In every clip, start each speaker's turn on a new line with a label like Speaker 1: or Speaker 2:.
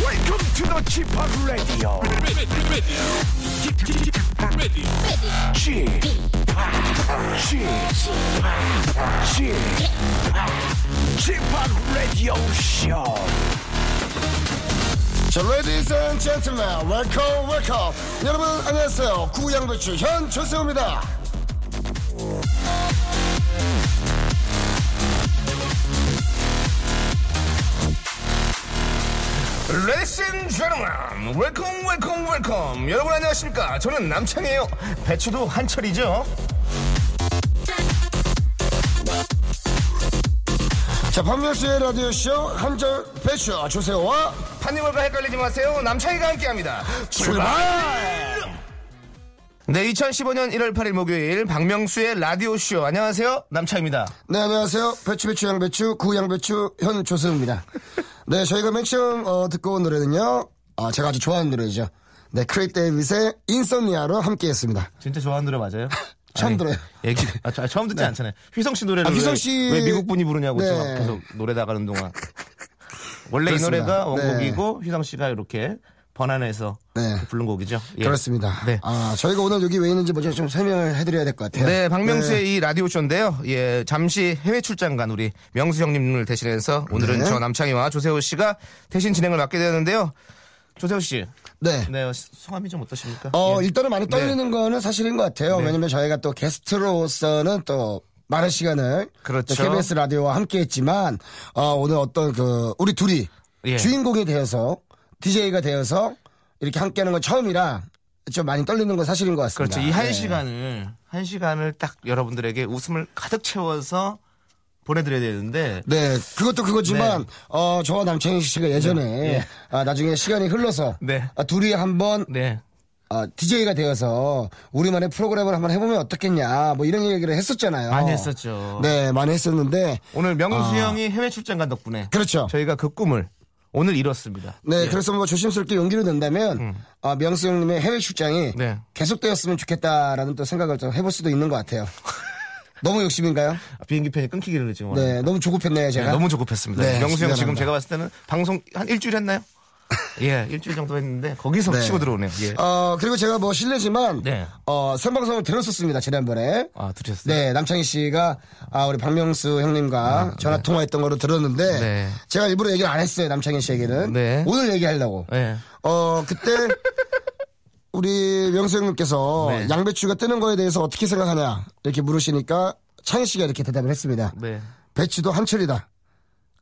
Speaker 1: welcome to the Chip Radio. Chip, Chip, Chip, Chip Radio Show.
Speaker 2: 자, ladies and gentlemen, welcome, welcome. 여러분 안녕하세요. 구양배추 현 조세호입니다.
Speaker 3: 레슨 저는 웰컴 웰컴 웰컴 여러분 안녕하십니까 저는 남창이에요 배추도 한철이죠
Speaker 2: 자, 박명수의 라디오 쇼 한절 배추 조세호와
Speaker 3: 한님과 헷갈리지 마세요 남창이가 함께합니다
Speaker 2: 출발.
Speaker 3: 네 2015년 1월 8일 목요일 박명수의 라디오쇼 안녕하세요 남창입니다
Speaker 2: 네, 안녕하세요. 배추 배추 양배추 구양배추 현 조세호입니다. 네, 저희가 맨 처음 어, 듣고 온 노래는요. 아, 제가 아주 좋아하는 노래죠. 네, 크레이 데이빗의 인썸니아로 함께했습니다.
Speaker 3: 진짜 좋아하는 노래 맞아요?
Speaker 2: 처음 들어요. 네.
Speaker 3: 얘기, 아, 저- 처음 듣지 않잖아요 휘성 씨 노래를
Speaker 2: 아, 휘성
Speaker 3: 왜-
Speaker 2: 씨-
Speaker 3: 왜, 미국 분이 부르냐고
Speaker 2: 네.
Speaker 3: 제가 막 계속 노래 나가는 동안 원래
Speaker 2: 그렇습니다.
Speaker 3: 이 노래가 원곡이고 휘성 씨가 이렇게 번안해서
Speaker 2: 네.
Speaker 3: 부른 곡이죠 예.
Speaker 2: 그렇습니다.
Speaker 3: 네.
Speaker 2: 아, 저희가 오늘 여기 왜 있는지 먼저 좀 설명을 해드려야 될 것 같아요.
Speaker 3: 네, 박명수의 이 라디오쇼인데요. 예, 잠시 해외 출장 간 우리 명수 형님을 대신해서 오늘은
Speaker 2: 네.
Speaker 3: 저 남창희와 조세호 씨가 대신 진행을 맡게 되는데요. 조세호 씨,
Speaker 2: 네.
Speaker 3: 네, 소감이 좀 어떠십니까?
Speaker 2: 어,
Speaker 3: 예. 네.
Speaker 2: 일단은 많이 떨리는 거는 사실인 것 같아요. 왜냐면 저희가 또 게스트로서는 또 많은 시간을
Speaker 3: 그렇죠.
Speaker 2: 또 KBS 라디오와 함께 했지만 어, 오늘 어떤 그 우리 둘이
Speaker 3: 예.
Speaker 2: 주인공이 되어서 DJ가 되어서 이렇게 함께 하는 건 처음이라 좀 많이 떨리는 건 사실인 것 같습니다.
Speaker 3: 그렇죠. 이 한
Speaker 2: 네.
Speaker 3: 시간을 한 시간을 딱 여러분들에게 웃음을 가득 채워서 보내드려야 되는데
Speaker 2: 네, 그것도
Speaker 3: 네.
Speaker 2: 그거지만 어, 저와 남창희 씨가 예전에 아, 나중에 시간이 흘러서
Speaker 3: 네.
Speaker 2: 아, 둘이 한번
Speaker 3: 네.
Speaker 2: 아, DJ가 되어서 우리만의 프로그램을 한번 해보면 어떻겠냐 뭐 이런 얘기를 했었잖아요.
Speaker 3: 많이 했었죠.
Speaker 2: 네, 많이 했었는데
Speaker 3: 오늘 명수 형이 해외 출장 간 덕분에
Speaker 2: 아. 그렇죠.
Speaker 3: 저희가 예. 그 꿈을 오늘 이뤘습니다.
Speaker 2: 네, 그래서 뭐 조심스럽게 용기를 낸다면 아, 명수 형님의 해외 출장이
Speaker 3: 음. 네.
Speaker 2: 계속되었으면 좋겠다라는 또 생각을 좀 해볼 수도 있는 것 같아요. 너무 욕심인가요?
Speaker 3: 비행기 편이 끊기기를 지금
Speaker 2: 네, 너무 조급했네요 제가.
Speaker 3: 네, 너무 조급했습니다.
Speaker 2: 네,
Speaker 3: 명수 형 지금
Speaker 2: 미안합니다.
Speaker 3: 제가 봤을 때는 방송 한 일주일 했나요? 예, 일주일 정도 했는데 거기서
Speaker 2: 네.
Speaker 3: 치고 들어오네요. 예.
Speaker 2: 어 그리고 제가 뭐 실례지만
Speaker 3: 네.
Speaker 2: 어 생방송을 들었었습니다 지난번에.
Speaker 3: 아, 들으셨어요?
Speaker 2: 네, 남창희 씨가 아, 우리 박명수 형님과 전화 통화했던 거로 들었는데
Speaker 3: 아, 네.
Speaker 2: 제가 일부러 얘기를 안 했어요 남창희 씨에게는
Speaker 3: 네.
Speaker 2: 오늘 얘기하려고.
Speaker 3: 예.
Speaker 2: 어 그때 우리 명수 형님께서
Speaker 3: 네.
Speaker 2: 양배추가 뜨는 거에 대해서 어떻게 생각하냐 이렇게 물으시니까 창희 씨가 이렇게 대답을 했습니다.
Speaker 3: 네.
Speaker 2: 배추도 한철이다.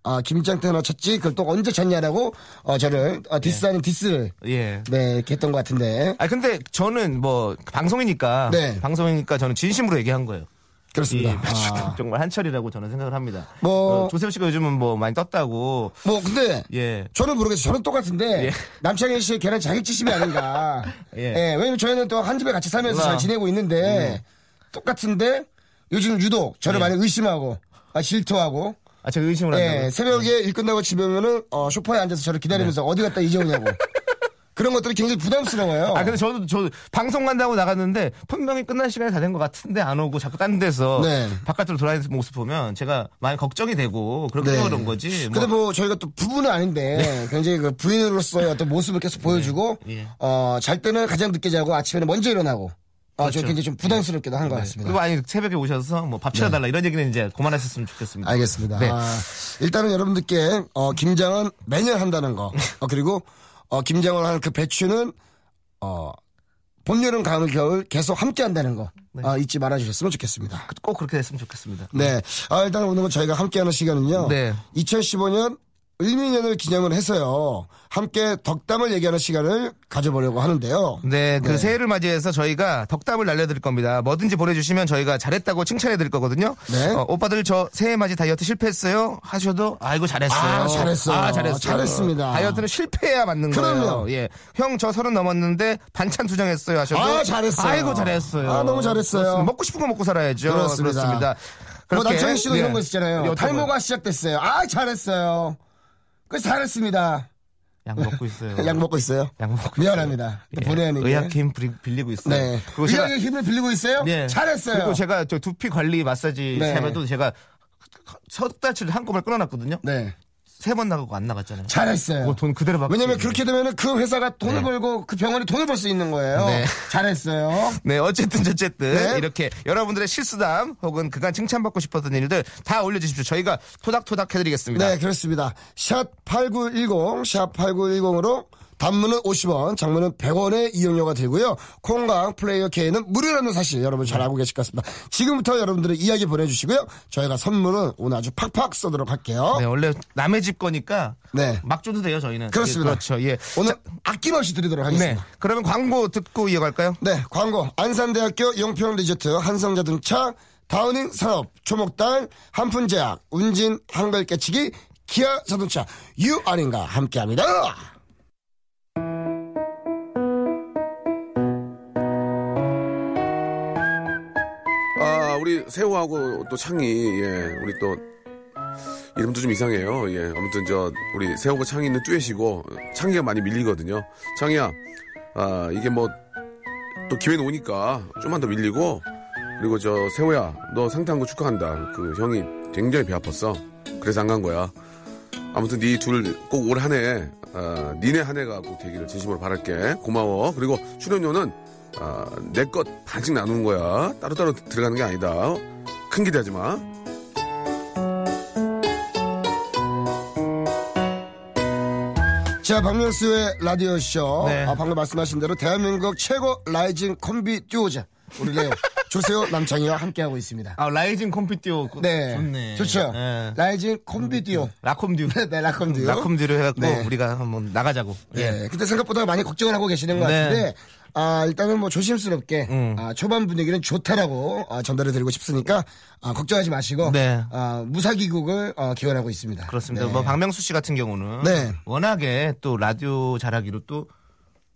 Speaker 2: 아 김장 때나 쳤지 그걸 또 언제 쳤냐라고 어, 저를 어, 디스
Speaker 3: 네.
Speaker 2: 아닌 디스를
Speaker 3: 예.
Speaker 2: 네 이렇게 했던 것 같은데
Speaker 3: 아 근데 저는 뭐 방송이니까
Speaker 2: 네.
Speaker 3: 방송이니까 저는 진심으로 얘기한 거예요.
Speaker 2: 그렇습니다.
Speaker 3: 예,
Speaker 2: 아.
Speaker 3: 정말 한철이라고 저는 생각을 합니다.
Speaker 2: 뭐-
Speaker 3: 어, 조세호 씨가 요즘은 뭐 많이 떴다고
Speaker 2: 뭐 근데
Speaker 3: 예.
Speaker 2: 저는 모르겠어요. 저는 똑같은데
Speaker 3: 예.
Speaker 2: 남창현 씨의 계란 자격지심이 아닌가.
Speaker 3: 예.
Speaker 2: 예. 왜냐면 저희는 또 한 집에 같이 살면서
Speaker 3: 우와.
Speaker 2: 잘 지내고 있는데 똑같은데 요즘 유독 저를
Speaker 3: 예.
Speaker 2: 많이 의심하고 아, 질투하고
Speaker 3: 아 제가 의심을 한다고.
Speaker 2: 예, 새벽에 일 끝나고 집에 오면은 어, 소파에 앉아서 저를 기다리면서
Speaker 3: 네.
Speaker 2: 어디 갔다 이제 오냐고 그런 것들이 굉장히 부담스러워요.
Speaker 3: 아 근데 저도 저 방송 간다고 나갔는데 분명히 끝날 시간이 다 된 것 같은데 안 오고 자꾸 딴 데서
Speaker 2: 네.
Speaker 3: 바깥으로 돌아다니는 모습 보면 제가 많이 걱정이 되고 그렇게 그런 거지.
Speaker 2: 네. 근데 뭐 저희가 또 부부는 아닌데 굉장히 그 부인으로서의 어떤 모습을 계속 보여주고
Speaker 3: 네. 예.
Speaker 2: 어, 잘 때는 가장 늦게 자고 아침에는 먼저 일어나고 어, 저
Speaker 3: 그렇죠. 네.
Speaker 2: 굉장히 좀 부담스럽기도 한 것 같습니다. 네.
Speaker 3: 그리고 아니 새벽에 오셔서 뭐 밥 차려달라 이런 얘기는 이제 그만하셨으면 좋겠습니다.
Speaker 2: 알겠습니다.
Speaker 3: 네.
Speaker 2: 아, 일단은 여러분들께 어, 김장은 매년 한다는 거 어, 그리고 어, 김장을 하는 그 배추는 어, 봄, 여름, 가을, 겨울 계속 함께 한다는 거 어, 잊지 말아주셨으면 좋겠습니다.
Speaker 3: 꼭 네. 그렇게 됐으면 좋겠습니다.
Speaker 2: 네, 아, 일단 오늘은 저희가 함께하는 시간은요.
Speaker 3: 네.
Speaker 2: 2015년 을미년을 기념을 해서요. 함께 덕담을 얘기하는 시간을 가져보려고 하는데요.
Speaker 3: 네, 그 새해를 맞이해서 저희가 덕담을 날려드릴 겁니다. 뭐든지 보내주시면 저희가 잘했다고 칭찬해드릴 거거든요.
Speaker 2: 네.
Speaker 3: 어, 오빠들 저 새해 맞이 다이어트 실패했어요? 하셔도 아이고 잘했어요.
Speaker 2: 아, 잘했어요.
Speaker 3: 아, 잘했어요.
Speaker 2: 잘했습니다.
Speaker 3: 다이어트는 실패해야 맞는 거예요.
Speaker 2: 그럼요.
Speaker 3: 예, 형 저 서른 넘었는데 반찬 투정했어요 하셔도
Speaker 2: 아, 잘했어요.
Speaker 3: 아이고 잘했어요.
Speaker 2: 아, 너무 잘했어요.
Speaker 3: 그렇습니다. 먹고 싶은 거 먹고 살아야죠.
Speaker 2: 그렇습니다. 뭐
Speaker 3: 그렇게,
Speaker 2: 남창희 씨도
Speaker 3: 예.
Speaker 2: 이런 거 있잖아요.
Speaker 3: 어떤
Speaker 2: 탈모가
Speaker 3: 거요?
Speaker 2: 시작됐어요. 아 잘했어요. 그 잘했습니다.
Speaker 3: 약 먹고 있어요.
Speaker 2: 약 먹고 있어요.
Speaker 3: 약 먹고
Speaker 2: 미안합니다. 또
Speaker 3: 예.
Speaker 2: 보내는 게.
Speaker 3: 의학 힘 빌리- 빌리고 있어요.
Speaker 2: 네.
Speaker 3: 그리고 제가-
Speaker 2: 의학의 힘을 빌리고 있어요.
Speaker 3: 네.
Speaker 2: 잘했어요.
Speaker 3: 그리고 제가 저 두피 관리 마사지
Speaker 2: 네.
Speaker 3: 세면도 제가 석 달치를 한꺼번에 끊어놨거든요.
Speaker 2: 네.
Speaker 3: 세 번 나가고 안 나갔잖아요.
Speaker 2: 잘했어요.
Speaker 3: 그거 뭐 돈 그대로 받고.
Speaker 2: 왜냐면 그렇게 되면은 그 회사가 돈을 벌고 그 병원이 돈을 벌 수 있는 거예요.
Speaker 3: 네.
Speaker 2: 잘했어요.
Speaker 3: 네, 어쨌든 저쨌든
Speaker 2: 네.
Speaker 3: 이렇게 여러분들의 실수담 혹은 그간 칭찬받고 싶었던 일들 다 올려주십시오. 저희가 토닥토닥 해드리겠습니다.
Speaker 2: 네, 그렇습니다. 샵 8910, 샵 8910으로 단문은 50원, 장문은 100원의 이용료가 들고요. 콩강 플레이어 K는 무료라는 사실 여러분
Speaker 3: 네.
Speaker 2: 잘 알고 계실 것 같습니다. 지금부터 여러분들의 이야기 보내주시고요. 저희가 선물은 오늘 아주 팍팍 쏘도록 할게요.
Speaker 3: 네, 원래 남의 집 거니까
Speaker 2: 네.
Speaker 3: 막 줘도 돼요 저희는.
Speaker 2: 그렇습니다.
Speaker 3: 예, 그렇죠. 예.
Speaker 2: 오늘
Speaker 3: 자,
Speaker 2: 아낌없이 드리도록
Speaker 3: 네.
Speaker 2: 하겠습니다.
Speaker 3: 그러면 광고 듣고 이어갈까요?
Speaker 2: 네, 광고. 안산대학교 용평 리조트, 한성자동차, 다우닝 산업, 초목달, 한푼제약, 운진, 한글 깨치기, 기아 자동차, 유아린과 함께 합니다.
Speaker 4: 아, 우리 세호하고 또 창희, 예, 우리 또, 이름도 좀 이상해요. 예, 아무튼 저, 우리 세호가 창희는 듀엣이고, 창희가 많이 밀리거든요. 창희야, 아, 이게 뭐, 또 기회는 오니까, 좀만 더 밀리고, 그리고 저, 세호야, 너 상태한 거 축하한다. 그 형이 굉장히 배 아팠어. 그래서 안 간 거야. 아무튼 니 둘 꼭 올 한해 아, 니네 한 해가 꼭 되기를 진심으로 바랄게 고마워 그리고 출연료는 아, 내것 반씩 나누는 거야 따로따로 들어가는 게 아니다 큰 기대하지 마
Speaker 2: 자, 박명수의 라디오쇼.
Speaker 3: 네.
Speaker 2: 아, 방금 말씀하신 대로 대한민국 최고 라이징 콤비 듀오자. 우리 레오, 조세호, 남창희와 함께하고 있습니다.
Speaker 3: 아 라이징 컴퓨티오
Speaker 2: 네.
Speaker 3: 좋네.
Speaker 2: 좋죠.
Speaker 3: 네.
Speaker 2: 라이징 콤비 듀오.
Speaker 3: 라콤듀.
Speaker 2: 네, 라콤 듀오.
Speaker 3: 라콤듀 해갖고
Speaker 2: 네.
Speaker 3: 우리가 한번 나가자고. 예.
Speaker 2: 예. 근데 생각보다 많이 걱정을 하고 계시는 것
Speaker 3: 네. 음.
Speaker 2: 같은데, 아, 일단은 뭐 조심스럽게, 아, 초반 분위기는 좋다라고 아, 전달해 드리고 싶으니까, 아, 걱정하지 마시고,
Speaker 3: 네.
Speaker 2: 아, 무사귀국을 어, 기원하고 있습니다.
Speaker 3: 그렇습니다.
Speaker 2: 네.
Speaker 3: 뭐 박명수 씨 같은 경우는
Speaker 2: 네.
Speaker 3: 워낙에 또 라디오 잘하기로 또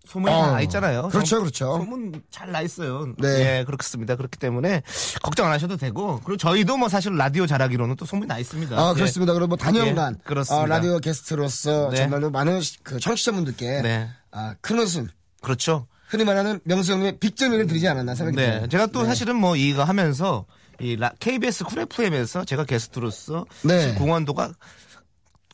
Speaker 3: 소문이
Speaker 2: 어,
Speaker 3: 나 있잖아요.
Speaker 2: 그렇죠,
Speaker 3: 정-
Speaker 2: 그렇죠.
Speaker 3: 소문 잘 나 있어요.
Speaker 2: 네.
Speaker 3: 네, 그렇습니다. 그렇기 때문에 걱정 안 하셔도 되고 그리고 저희도 뭐 사실 라디오 잘하기로는 또 소문이 나 있습니다.
Speaker 2: 아,
Speaker 3: 예.
Speaker 2: 그렇습니다. 그럼 뭐 단연간
Speaker 3: 예, 그렇습니다.
Speaker 2: 어, 라디오 게스트로서
Speaker 3: 네.
Speaker 2: 정말로 많은 시- 그 청취자분들께
Speaker 3: 네.
Speaker 2: 아, 큰 웃음,
Speaker 3: 그렇죠.
Speaker 2: 흔히 말하는 명수 형님의 빅점을 드리지 않았나 생각이
Speaker 3: 네,
Speaker 2: 듭니다.
Speaker 3: 제가 또 사실은 뭐 이거 하면서 이 라- KBS 쿨 FM에서 제가 게스트로서
Speaker 2: 네.
Speaker 3: 지금 공헌도가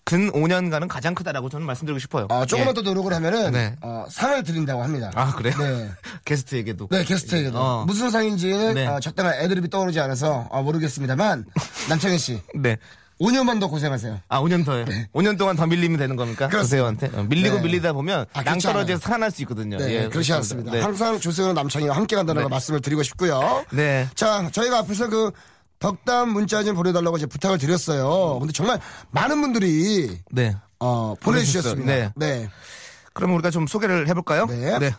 Speaker 3: 근 5년간은 가장 크다라고 저는 말씀드리고 싶어요.
Speaker 2: 아, 조금만
Speaker 3: 예.
Speaker 2: 더 노력을 하면은
Speaker 3: 네.
Speaker 2: 어, 상을 드린다고 합니다.
Speaker 3: 아 그래요?
Speaker 2: 네.
Speaker 3: 게스트에게도.
Speaker 2: 네, 게스트에게도.
Speaker 3: 어.
Speaker 2: 무슨 상인지는
Speaker 3: 네.
Speaker 2: 어, 적당한 애드립이 떠오르지 않아서 어, 모르겠습니다만, 남창희 씨,
Speaker 3: 네.
Speaker 2: 5년만 더 고생하세요.
Speaker 3: 아, 5년 더요? 5년 동안 더 밀리면 되는 겁니까?
Speaker 2: 네. 그렇습니다.
Speaker 3: 조세호한테? 어, 밀리고
Speaker 2: 네.
Speaker 3: 밀리다 보면
Speaker 2: 아, 그렇지 않아요.
Speaker 3: 낭떨어지에서 살아날 수 있거든요.
Speaker 2: 네,
Speaker 3: 예,
Speaker 2: 그렇지 않습니다.
Speaker 3: 네.
Speaker 2: 항상 조세호는 남창희와 함께 간다는 걸 말씀을 드리고 싶고요.
Speaker 3: 네.
Speaker 2: 자, 저희가 앞에서 그 덕담 문자 좀 보내달라고 이제 부탁을 드렸어요. 근데 정말 많은 분들이
Speaker 3: 네.
Speaker 2: 어, 보내주셨습니다.
Speaker 3: 보내주셨어요.
Speaker 2: 네.
Speaker 3: 그럼 우리가 좀 소개를 해볼까요?
Speaker 2: 네.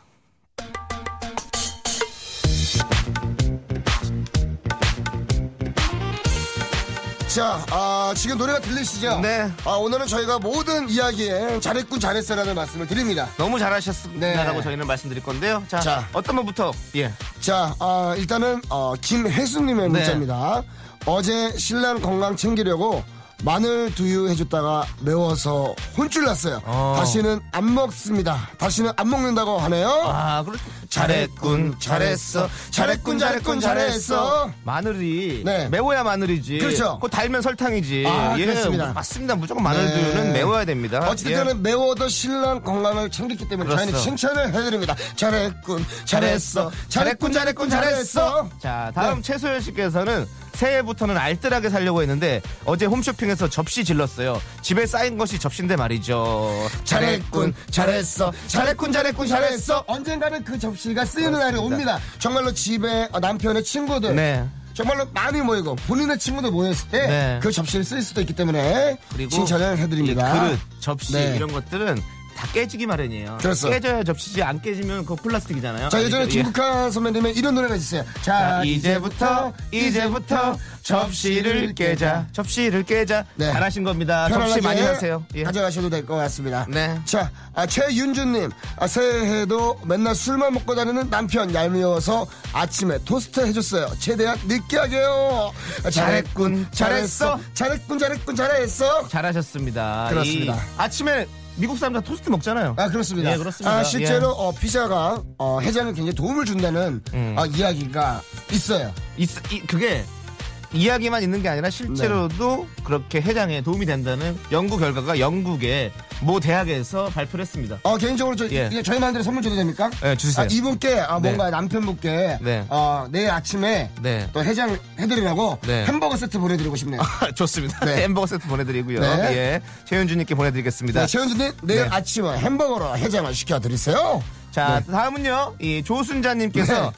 Speaker 2: 자, 아, 지금 노래가 들리시죠?
Speaker 3: 네.
Speaker 2: 아, 오늘은 저희가 모든 이야기에 잘했군 잘했어라는 말씀을 드립니다.
Speaker 3: 너무 잘하셨습니다라고
Speaker 2: 네.
Speaker 3: 저희는 말씀드릴 건데요. 자,
Speaker 2: 자.
Speaker 3: 어떤 분부터? 예.
Speaker 2: 자, 아, 일단은 어, 김혜수님의
Speaker 3: 네.
Speaker 2: 문자입니다. 어제 신랑 건강 챙기려고 마늘 두유 해줬다가 매워서 혼쭐 났어요.
Speaker 3: 어.
Speaker 2: 다시는 안 먹습니다. 다시는 안 먹는다고 하네요.
Speaker 3: 아, 그렇
Speaker 2: 잘했군, 잘했어. 잘했군, 잘했군, 잘했어.
Speaker 3: 마늘이
Speaker 2: 네.
Speaker 3: 매워야 마늘이지.
Speaker 2: 그렇죠.
Speaker 3: 그거 달면 설탕이지.
Speaker 2: 아,
Speaker 3: 예,
Speaker 2: 그렇습니다.
Speaker 3: 맞습니다. 무조건 마늘
Speaker 2: 네.
Speaker 3: 두유는 매워야 됩니다. 예.
Speaker 2: 어쨌든 은 매워도 신랑 건강을 챙겼기 때문에
Speaker 3: 그렇소.
Speaker 2: 저희는 칭찬을 해드립니다. 잘했군, 그렇죠. 잘했어.
Speaker 3: 잘했어.
Speaker 2: 잘했군, 잘했군, 잘했어.
Speaker 3: 자, 다음
Speaker 2: 네.
Speaker 3: 최소연 씨께서는 새해부터는 알뜰하게 살려고 했는데 어제 홈쇼핑에서 접시 질렀어요. 집에 쌓인 것이 접시인데 말이죠.
Speaker 2: 잘했군, 잘했어. 잘했군, 잘했군, 잘했어. 언젠가는 그 접시가 쓰이는 날이 옵니다. 정말로 집에 어, 남편의 친구들.
Speaker 3: 네.
Speaker 2: 정말로 많이 모이고 본인의 친구들 모였을 때 그
Speaker 3: 네.
Speaker 2: 접시를 쓸 수도 있기 때문에
Speaker 3: 그리고
Speaker 2: 칭찬을 해드립니다.
Speaker 3: 이 그릇, 접시
Speaker 2: 네.
Speaker 3: 이런 것들은 다 깨지기 마련이에요.
Speaker 2: 그렇소.
Speaker 3: 깨져야 접시지 안 깨지면 그거 플라스틱이잖아요.
Speaker 2: 자 예전에
Speaker 3: 그러니까
Speaker 2: 김국환 아, 선배님의 이런 노래가 있어요. 자
Speaker 3: 자, 이제부터 이제부터 접시를 깨자 접시를 깨자
Speaker 2: 네.
Speaker 3: 잘하신 겁니다
Speaker 2: 편안하게
Speaker 3: 접시 많이 하세요 예.
Speaker 2: 가져가셔도 될 것 같습니다.
Speaker 3: 네.
Speaker 2: 자, 아, 최윤주님. 아, 새해에도 맨날 술만 먹고 다니는 남편 얄미워서 아침에 토스트 해줬어요. 최대한 늦게 하게요. 아,
Speaker 3: 잘했군, 잘했어.
Speaker 2: 잘했군, 잘했군, 잘했어.
Speaker 3: 잘하셨습니다
Speaker 2: 그렇습니다.
Speaker 3: 이 아침에 미국 사람들 토스트 먹잖아요
Speaker 2: 아 그렇습니다.
Speaker 3: 예, 그렇습니다.
Speaker 2: 아, 실제로 어, 피자가
Speaker 3: 음.
Speaker 2: 어, 해장에 굉장히 도움을 준다는 어, 이야기가 있어요.
Speaker 3: 이, 이- 그게 이야기만 있는 게 아니라 실제로도
Speaker 2: 네.
Speaker 3: 그렇게 해장에 도움이 된다는 연구 결과가 영국의 모 대학에서 발표를 했습니다.
Speaker 2: 어, 개인적으로 저,
Speaker 3: 예.
Speaker 2: 이게 저희만대로 선물 줘도 됩니까?
Speaker 3: 예, 주세요.
Speaker 2: 아, 이분께, 아,
Speaker 3: 네.
Speaker 2: 뭔가 남편분께,
Speaker 3: 네.
Speaker 2: 어, 내일 아침에,
Speaker 3: 네.
Speaker 2: 또 해장 해드리라고,
Speaker 3: 네.
Speaker 2: 햄버거 세트 보내드리고 싶네요.
Speaker 3: 좋습니다.
Speaker 2: 네.
Speaker 3: 햄버거 세트 보내드리고요.
Speaker 2: 네.
Speaker 3: 예. 최윤주님께 보내드리겠습니다.
Speaker 2: 네, 최현수님, 내일
Speaker 3: 네.
Speaker 2: 아침에 햄버거로 해장을 시켜드리세요.
Speaker 3: 자, 다음은요. 이 조순자님께서
Speaker 2: 네.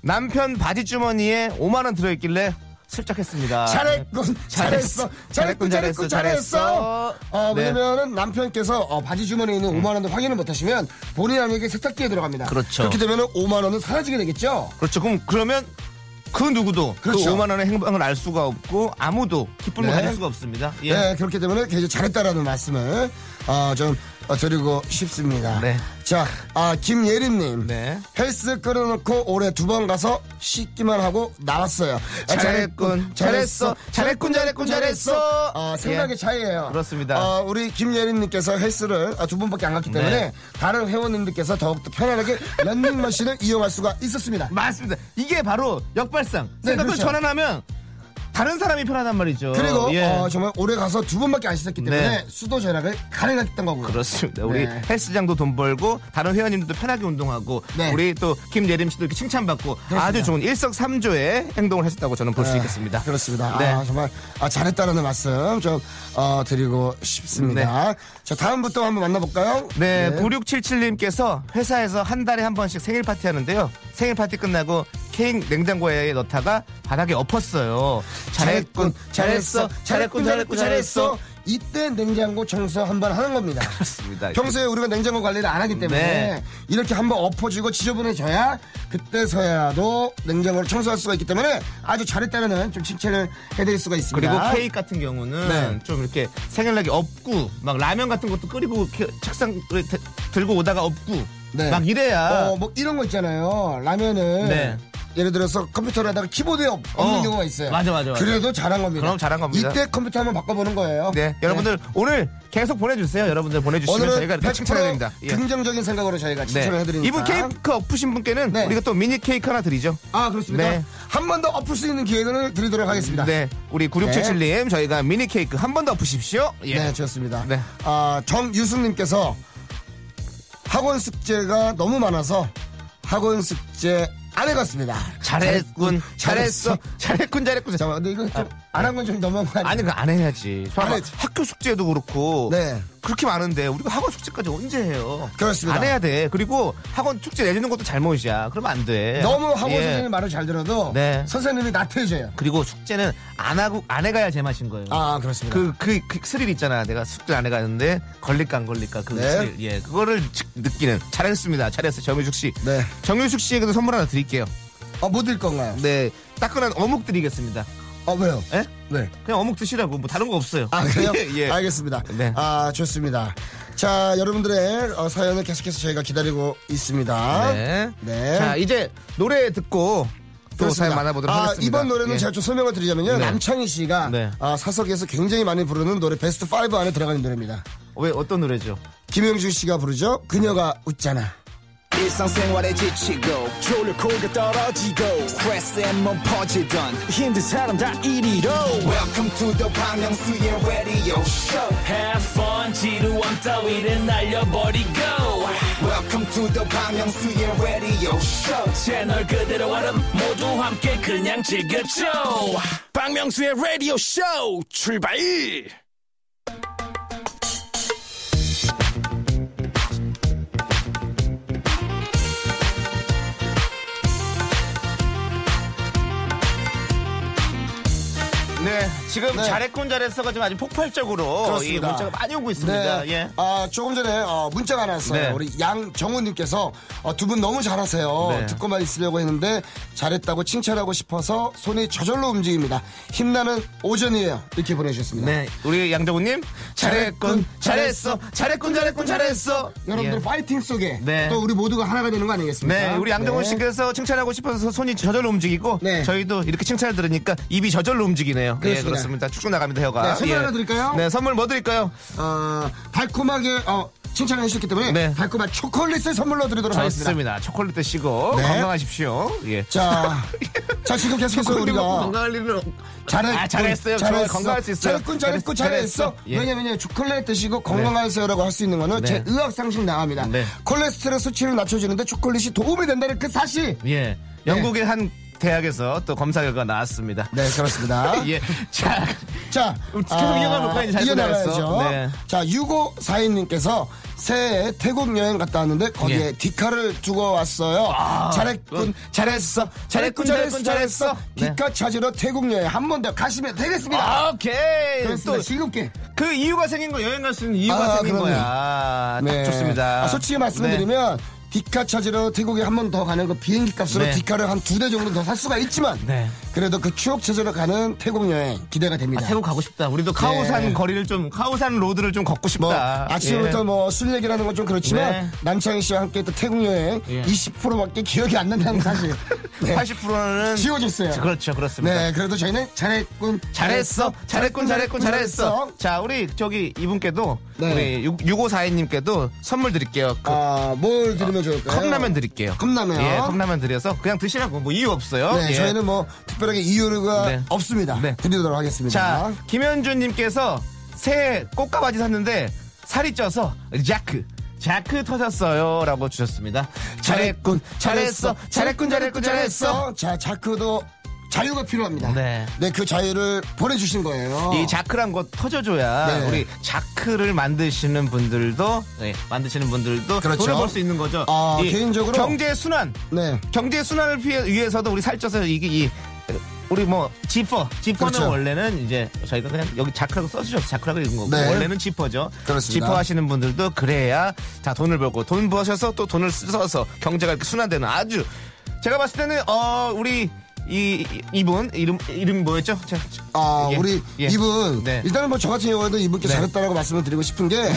Speaker 3: 남편 바지 주머니에 5만 원 들어있길래 슬쩍했습니다.
Speaker 2: 아, 네. 잘했군, 잘했어, 잘했군, 잘했군, 잘했어. 어,
Speaker 3: 네.
Speaker 2: 왜냐면은 남편께서 어, 바지 주머니에 있는 5만 원을 확인을 못하시면 본인 아내에게 세탁기에 들어갑니다.
Speaker 3: 그렇죠.
Speaker 2: 그렇게 되면은 5만 원은 사라지게 되겠죠.
Speaker 3: 그렇죠. 그럼 그러면 그 누구도 그
Speaker 2: 그렇죠.
Speaker 3: 5만 원의 행방을 알 수가 없고 아무도 기쁨을
Speaker 2: 네.
Speaker 3: 가질 수가 없습니다. 예.
Speaker 2: 네, 그렇기 때문에 굉장히 잘했다라는 말씀을 어, 좀 어, 드리고 싶습니다.
Speaker 3: 네.
Speaker 2: 자, 아, 김예림님.
Speaker 3: 네.
Speaker 2: 헬스 끌어놓고 올해 두 번 가서 씻기만 하고 나왔어요. 아,
Speaker 3: 잘했군, 잘했어, 잘했군, 잘했군, 잘했어.
Speaker 2: 아, 생각의
Speaker 3: 예.
Speaker 2: 차이예요.
Speaker 3: 그렇습니다.
Speaker 2: 아, 우리 김예림님께서 헬스를 아, 두 번밖에 안 갔기 때문에
Speaker 3: 네.
Speaker 2: 다른 회원님들께서 더욱더 편안하게 런닝머신을 이용할 수가 있었습니다.
Speaker 3: 맞습니다. 이게 바로 역발상.
Speaker 2: 네,
Speaker 3: 생각을
Speaker 2: 그렇죠.
Speaker 3: 전환하면 다른 사람이 편하단 말이죠.
Speaker 2: 그리고
Speaker 3: 예.
Speaker 2: 어, 정말 오래 가서 두 번밖에 안 씻었기 때문에
Speaker 3: 네.
Speaker 2: 수도 절약을 가능했던 거고요.
Speaker 3: 그렇습니다. 우리
Speaker 2: 네.
Speaker 3: 헬스장도 돈 벌고 다른 회원님들도 편하게 운동하고
Speaker 2: 네.
Speaker 3: 우리 또 김예림 씨도 이렇게 칭찬받고 아주 좋은 일석삼조의 행동을 하셨다고 저는 볼 수 있겠습니다.
Speaker 2: 네. 그렇습니다.
Speaker 3: 네.
Speaker 2: 아, 정말 아, 잘했다라는 말씀 좀 어, 드리고 싶습니다. 자, 다음부터 한번 만나볼까요?
Speaker 3: 네, 9677님께서 회사에서 한 달에 한 번씩 생일 파티 하는데요. 생일 파티 끝나고 케이크 냉장고에 넣다가 바닥에 엎었어요. 잘했군, 잘했어, 잘했군, 잘했군, 잘했어.
Speaker 2: 이때 냉장고 청소 한번 하는 겁니다.
Speaker 3: 그렇습니다.
Speaker 2: 평소에 우리가 냉장고 관리를 안 하기 때문에
Speaker 3: 네.
Speaker 2: 이렇게 한번 엎어지고 지저분해져야 그때서야도 냉장고를 청소할 수가 있기 때문에 아주 잘했다는 좀 칭찬을 해드릴 수가 있습니다.
Speaker 3: 그리고 케이크 같은 경우는
Speaker 2: 네.
Speaker 3: 좀 이렇게 생일날에 엎고 막 라면 같은 것도 끓이고 이렇게 책상 에 들고 오다가 엎고
Speaker 2: 네.
Speaker 3: 막 이래야
Speaker 2: 어, 뭐 이런 거 있잖아요. 라면을
Speaker 3: 아. 네.
Speaker 2: 예를 들어서 컴퓨터에다가 키보드에 없- 없는
Speaker 3: 어,
Speaker 2: 경우가 있어요.
Speaker 3: 맞아, 맞아, 맞아.
Speaker 2: 그래도 잘한 겁니다.
Speaker 3: 그럼 잘한 겁니다.
Speaker 2: 이때 컴퓨터 한번 바꿔보는 거예요.
Speaker 3: 네, 여러분들 오늘 계속 보내주세요. 여러분들 보내주시면
Speaker 2: 어. 오늘은
Speaker 3: 저희가 이렇게
Speaker 2: 100%
Speaker 3: 칭찬해드립니다. 예. 네.
Speaker 2: 긍정적인 생각으로 저희가 칭찬을 해드립니다.
Speaker 3: 이분 케이크 엎으신 분께는
Speaker 2: 네.
Speaker 3: 우리가 또 미니 케이크 하나 드리죠.
Speaker 2: 아 그렇습니다.
Speaker 3: 네.
Speaker 2: 한 번 더 엎을 수 있는 기회를 드리도록 하겠습니다.
Speaker 3: 네, 우리 9677님 저희가 미니 케이크 한 번 더 푸십시오. 예.
Speaker 2: 네, 좋습니다.
Speaker 3: 네.
Speaker 2: 아, 정유승님께서 학원 숙제가 너무 많아서 학원 숙제 안 해갔습니다.
Speaker 3: 잘했군, 잘했어, 잘했군, 잘했군.
Speaker 2: 잠깐 근데 이거 좀 안 한 건 좀 너무한 거 아니에요?
Speaker 3: 아, 아니 그안 해야지.
Speaker 2: 안 해야지.
Speaker 3: 학교 숙제도 그렇고
Speaker 2: 네.
Speaker 3: 그렇게 많은데 우리가 학원 숙제까지 언제 해요?
Speaker 2: 그렇습니다.
Speaker 3: 안 해야 돼. 그리고 학원 숙제 내주는 것도 잘못이야. 그러면 안 돼.
Speaker 2: 너무 학원
Speaker 3: 예.
Speaker 2: 선생님 말을 잘 들어도
Speaker 3: 네.
Speaker 2: 선생님이 나태해져요.
Speaker 3: 그리고 숙제는 안 하고 안 해가야 제맛인 거예요.
Speaker 2: 아 그렇습니다.
Speaker 3: 그, 그, 그 스릴 있잖아. 내가 숙제 안 해가는데 걸릴까 안 걸릴까 그
Speaker 2: 네.
Speaker 3: 스릴. 예, 그거를 즉- 느끼는 잘했습니다. 잘했어요, 정유숙 씨.
Speaker 2: 네.
Speaker 3: 정유숙 씨에게도 선물 하나 드릴게요.
Speaker 2: 어, 못일 건가요?
Speaker 3: 네, 따끈한 어묵 드리겠습니다.
Speaker 2: 어 왜요?
Speaker 3: 예?
Speaker 2: 네.
Speaker 3: 그냥 어묵 드시라고 뭐 다른 거 없어요.
Speaker 2: 아 그래요?
Speaker 3: 예, 예.
Speaker 2: 알겠습니다.
Speaker 3: 네.
Speaker 2: 아 좋습니다. 자 여러분들의 어, 사연을 계속해서 저희가 기다리고 있습니다.
Speaker 3: 네.
Speaker 2: 네.
Speaker 3: 자, 이제 노래 듣고 또
Speaker 2: 그렇습니다.
Speaker 3: 사연 만나보도록
Speaker 2: 아,
Speaker 3: 하겠습니다.
Speaker 2: 이번 노래는
Speaker 3: 예.
Speaker 2: 제가 좀 설명을 드리자면요.
Speaker 3: 네.
Speaker 2: 남창희 씨가
Speaker 3: 네.
Speaker 2: 아, 사석에서 굉장히 많이 부르는 노래 베스트 5 안에 들어가는 노래입니다.
Speaker 3: 왜 어떤 노래죠?
Speaker 2: 김영중 씨가 부르죠. 그녀가 웃잖아.
Speaker 5: 일상생활에 지치고, 졸려 코가 떨어지고, 스트레스에 몸 퍼지던, 힘든 사람 다 이리로. welcome to the Bang Myung-soo's radio show
Speaker 6: Have fun 지루한 따위를 날려버리고
Speaker 5: welcome to the Bang Myung-soo's radio show
Speaker 6: 채널 그대로 와름 모두 함께 그냥 즐겨줘
Speaker 1: 박명수의 라디오 쇼 출발
Speaker 3: 네, 지금
Speaker 2: 네.
Speaker 3: 잘했군 잘했어가 지금 아주 폭발적으로
Speaker 2: 그렇습니다.
Speaker 3: 이 문자가 많이 오고 있습니다.
Speaker 2: 네.
Speaker 3: 예.
Speaker 2: 아, 조금 전에 어, 문자가 하나 왔어요.
Speaker 3: 네.
Speaker 2: 우리 양정우님께서 어, 두 분 너무 잘하세요.
Speaker 3: 네.
Speaker 2: 듣고만 있으려고 했는데 잘했다고 칭찬하고 싶어서 손이 저절로 움직입니다. 힘나는 오전이에요. 이렇게 보내주셨습니다.
Speaker 3: 네, 우리 양정우님 잘했군, 잘했어, 잘했군, 잘했군, 잘했어.
Speaker 2: 여러분들
Speaker 3: 예.
Speaker 2: 파이팅 속에
Speaker 3: 네.
Speaker 2: 또 우리 모두가 하나가 되는 거 아니겠습니까?
Speaker 3: 네, 우리 양정훈
Speaker 2: 네.
Speaker 3: 씨께서 칭찬하고 싶어서 손이 저절로 움직이고
Speaker 2: 네.
Speaker 3: 저희도 이렇게 칭찬을 들으니까 입이 저절로 움직이네요.
Speaker 2: 그렇습니다.
Speaker 3: 예, 그렇습니다. 축축 나갑니다, 혀가. 예.
Speaker 2: 네, 선물 하나 드릴까요?
Speaker 3: 네, 선물 뭐 드릴까요?
Speaker 2: 어, 달콤하게 어, 칭찬해 주셨기 때문에
Speaker 3: 네.
Speaker 2: 달콤한 초콜릿을 선물로 드리도록 하겠습니다.
Speaker 3: 좋습니다. 초콜릿 드시고
Speaker 2: 네.
Speaker 3: 건강하십시오. 예.
Speaker 2: 자, 자 지금 계속해서 우리가
Speaker 3: 뭐 건강할 일은
Speaker 2: 잘했,
Speaker 3: 아, 잘했어요.
Speaker 2: 잘했어.
Speaker 3: 저는 건강할 수 있어요.
Speaker 2: 잘했군, 잘했고, 잘했어.
Speaker 3: 잘했어. 예.
Speaker 2: 왜냐면요, 초콜릿 드시고 건강하세요라고 할 수 있는 거는
Speaker 3: 네.
Speaker 2: 제 의학상식 나갑니다.
Speaker 3: 네.
Speaker 2: 콜레스테롤 수치를 낮춰주는데 초콜릿이 도움이 된다는 그 사실.
Speaker 3: 예. 영국의 한 대학에서 또 검사 결과 가 나왔습니다.
Speaker 2: 네, 그렇습니다.
Speaker 3: 예. 자,
Speaker 2: 자, 아,
Speaker 3: 계속 이어가볼까요? 이제 잘
Speaker 2: 이어나가야죠.
Speaker 3: 끝나갔어. 네.
Speaker 2: 자, 6542님께서 새해에 태국 여행 갔다 왔는데 거기에
Speaker 3: 예. 아,
Speaker 2: 디카를 두고 왔어요. 잘했군, 잘했어, 잘했군, 잘했군, 잘했어.
Speaker 3: 네.
Speaker 2: 디카 찾으러 태국 여행 한 번 더 가시면 되겠습니다.
Speaker 3: 아, 오케이.
Speaker 2: 그렇습니다. 즐겁게.
Speaker 3: 또 그 이유가 생긴 거 여행 갈 수 있는 이유가
Speaker 2: 아,
Speaker 3: 생긴
Speaker 2: 그럼요.
Speaker 3: 거야. 딱 좋습니다. 네.
Speaker 2: 아, 솔직히 말씀드리면 디카 찾으러 태국에 한 번 더 가는 거 비행기 값으로
Speaker 3: 네.
Speaker 2: 디카를 한 두 대 정도 더 살 수가 있지만
Speaker 3: 네.
Speaker 2: 그래도 그 추억 찾으러 가는 태국 여행 기대가 됩니다.
Speaker 3: 아, 태국 가고 싶다. 우리도 카오산
Speaker 2: 네.
Speaker 3: 거리를 좀 카오산 로드를 좀
Speaker 2: 뭐
Speaker 3: 걷고 싶다.
Speaker 2: 아침부터
Speaker 3: 예.
Speaker 2: 뭐 술 얘기라는 건 좀 그렇지만
Speaker 3: 네.
Speaker 2: 남창희 씨와 함께 했던 태국 여행
Speaker 3: 예.
Speaker 2: 20%밖에 기억이 안 난다는 사실. 네.
Speaker 3: 80%는
Speaker 2: 지워졌어요.
Speaker 3: 예. 그렇죠, 그렇습니다.
Speaker 2: 네, 그래도 저희는 잘했군,
Speaker 3: 잘했어. 잘했군, 잘했군, 잘했어.
Speaker 2: 잘했어.
Speaker 3: 자, 우리 저기 이분께도
Speaker 2: 네.
Speaker 3: 우리 6542님께도 선물 드릴게요. 그
Speaker 2: 아, 뭘 드리면 좋을까요?
Speaker 3: 컵라면 드릴게요.
Speaker 2: 컵라면요?
Speaker 3: 예, 컵라면 드려서 그냥 드시라고 뭐 이유 없어요.
Speaker 2: 네,
Speaker 3: 예.
Speaker 2: 저희는 뭐 특별하게 이유가
Speaker 3: 네.
Speaker 2: 없습니다.
Speaker 3: 네.
Speaker 2: 드리도록 하겠습니다.
Speaker 3: 자, 김현준님께서 새 꽃가바지 샀는데 살이 쪄서 자크. 자크 터졌어요라고 주셨습니다. 잘했군, 잘했어, 잘했군, 잘했군, 잘했어.
Speaker 2: 자, 자크도 자유가 필요합니다.
Speaker 3: 네.
Speaker 2: 그 자유를 보내주신 거예요.
Speaker 3: 이 자크란 거 터져줘야
Speaker 2: 네.
Speaker 3: 우리 자크를 만드시는 분들도 네, 만드시는 분들도
Speaker 2: 그렇죠.
Speaker 3: 돈을 벌 수 있는 거죠. 어,
Speaker 2: 아,
Speaker 3: 이
Speaker 2: 개인적으로-
Speaker 3: 경제 순환,
Speaker 2: 네.
Speaker 3: 경제 순환을 피해- 위해서도 우리 살쪄서 이게 이 우리 뭐 지퍼, 지퍼는
Speaker 2: 그렇죠.
Speaker 3: 원래는 이제 저희가 그냥 여기 자크라고 써주셔서 자크라고 읽은 거고
Speaker 2: 네.
Speaker 3: 원래는 지퍼죠.
Speaker 2: 그렇습니다.
Speaker 3: 지퍼 하시는 분들도 그래야 자 돈을 벌고 돈 버셔서 또 돈을 써서 경제가 이렇게 순환되는 아주 제가 봤을 때는 어 우리 이 이- 이분 이름 이름 뭐였죠? 제가-
Speaker 2: 아,
Speaker 3: 예,
Speaker 2: 우리
Speaker 3: 예.
Speaker 2: 이분
Speaker 3: 네.
Speaker 2: 일단은 뭐 저 같은 경우에도 이분께
Speaker 3: 네.
Speaker 2: 잘했다라고 말씀을 드리고 싶은 게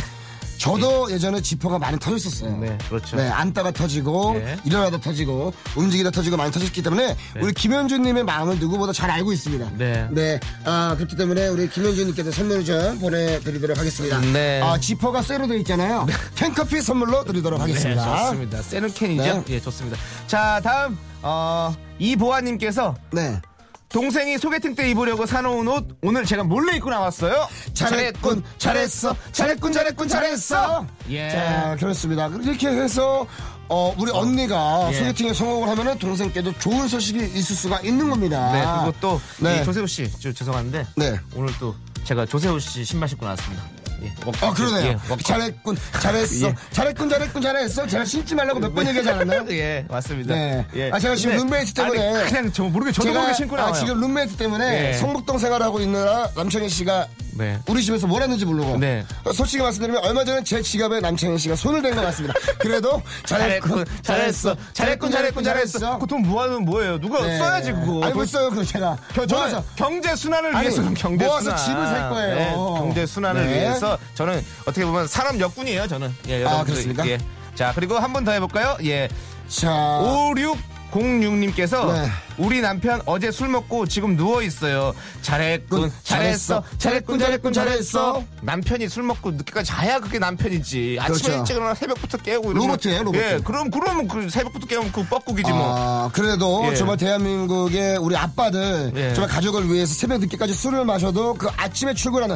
Speaker 2: 저도 예전에 지퍼가 많이 터졌었어요.
Speaker 3: 네, 그렇죠.
Speaker 2: 네, 앉다가 터지고
Speaker 3: 네.
Speaker 2: 일어나다 터지고 움직이다 터지고 많이 터졌기 때문에 우리 김현주님의 마음을 누구보다 잘 알고 있습니다.
Speaker 3: 네.
Speaker 2: 아, 그렇기 때문에 우리 김현주님께서 선물을 좀 보내드리도록 하겠습니다.
Speaker 3: 네.
Speaker 2: 아, 지퍼가 쇠로 되어 있잖아요. 캔커피 선물로 드리도록
Speaker 3: 네,
Speaker 2: 하겠습니다.
Speaker 3: 좋습니다. 세는캔이죠?
Speaker 2: 네.
Speaker 3: 예, 좋습니다. 자, 다음 어, 이보아님께서
Speaker 2: 네.
Speaker 3: 동생이 소개팅 때 입으려고 사놓은 옷 오늘 제가 몰래 입고 나왔어요.
Speaker 2: 잘했군 잘했어 잘했군 잘했군 잘했어
Speaker 3: 예.
Speaker 2: 자 그렇습니다 이렇게 해서 어, 우리 언니가
Speaker 3: 예.
Speaker 2: 소개팅에 성공을 하면은 동생께도 좋은 소식이 있을 수가 있는 겁니다
Speaker 3: 네, 그리고 또
Speaker 2: 네.
Speaker 3: 이 조세호 씨, 저, 죄송한데
Speaker 2: 네.
Speaker 3: 오늘 또 제가 조세호 씨 신발 신고 나왔습니다. 예,
Speaker 2: 아 그러네요
Speaker 3: 예, 먹-
Speaker 2: 잘했군 잘했어
Speaker 3: 예.
Speaker 2: 잘했군 잘했군 잘했어 제가 신지 말라고 몇 번 얘기하지 않았나요?
Speaker 3: 네. 예, 맞습니다.
Speaker 2: 네.
Speaker 3: 예.
Speaker 2: 아, 제가 지금
Speaker 3: 근데-
Speaker 2: 룸메이트 때문에.
Speaker 3: 아니, 그냥 저 모르게 저도
Speaker 2: 제가
Speaker 3: 모르게 신고
Speaker 2: 아,
Speaker 3: 나와요.
Speaker 2: 지금 룸메이트 때문에
Speaker 3: 예.
Speaker 2: 성북동 생활하고 있느라 남창희 씨가
Speaker 3: 네.
Speaker 2: 우리 집에서 뭘 했는지 모르고
Speaker 3: 네.
Speaker 2: 어, 솔직히 말씀드리면 얼마 전에 제 지갑에 남창희 씨가 손을 댄 것 같습니다. 그래도
Speaker 3: 잘했군,
Speaker 2: 잘했군,
Speaker 3: 잘했어, 잘했군, 잘했군, 잘했어. 그돈 모아놓은 뭐예요? 누가
Speaker 2: 네.
Speaker 3: 써야지 그거.
Speaker 2: 아니 못 써요 그럼 제가.
Speaker 3: 겨- 저는
Speaker 2: 모아서.
Speaker 3: 경제 순환을
Speaker 2: 아니,
Speaker 3: 위해서 그럼 경제
Speaker 2: 모아서
Speaker 3: 순환.
Speaker 2: 집을 살 거예요.
Speaker 3: 네, 경제 순환을
Speaker 2: 네.
Speaker 3: 위해서 저는 어떻게 보면 사람 역군이에요. 저는. 예, 여러분들.
Speaker 2: 아, 그렇습니까?
Speaker 3: 예. 자 그리고 한 번 더 해볼까요? 예,
Speaker 2: 자,
Speaker 3: 5606님께서
Speaker 2: 네.
Speaker 3: 우리 남편 어제 술 먹고 지금 누워 있어요.
Speaker 2: 음,
Speaker 3: 잘했군, 잘했어, 잘했군, 잘했군, 잘했어. 남편이 술 먹고 늦게까지 자야 그게 남편이지. 아침에
Speaker 2: 그렇죠.
Speaker 3: 일찍 일어나 새벽부터 깨우고 이러면-
Speaker 2: 로봇이에요, 로봇.
Speaker 3: 예, 그럼 그러면 그 새벽부터 깨우면 그 뻐꾸기지 뭐.
Speaker 2: 아, 그래도
Speaker 3: 예.
Speaker 2: 정말 대한민국의 우리 아빠들
Speaker 3: 예.
Speaker 2: 정말 가족을 위해서 새벽 늦게까지 술을 마셔도 그 아침에 출근하는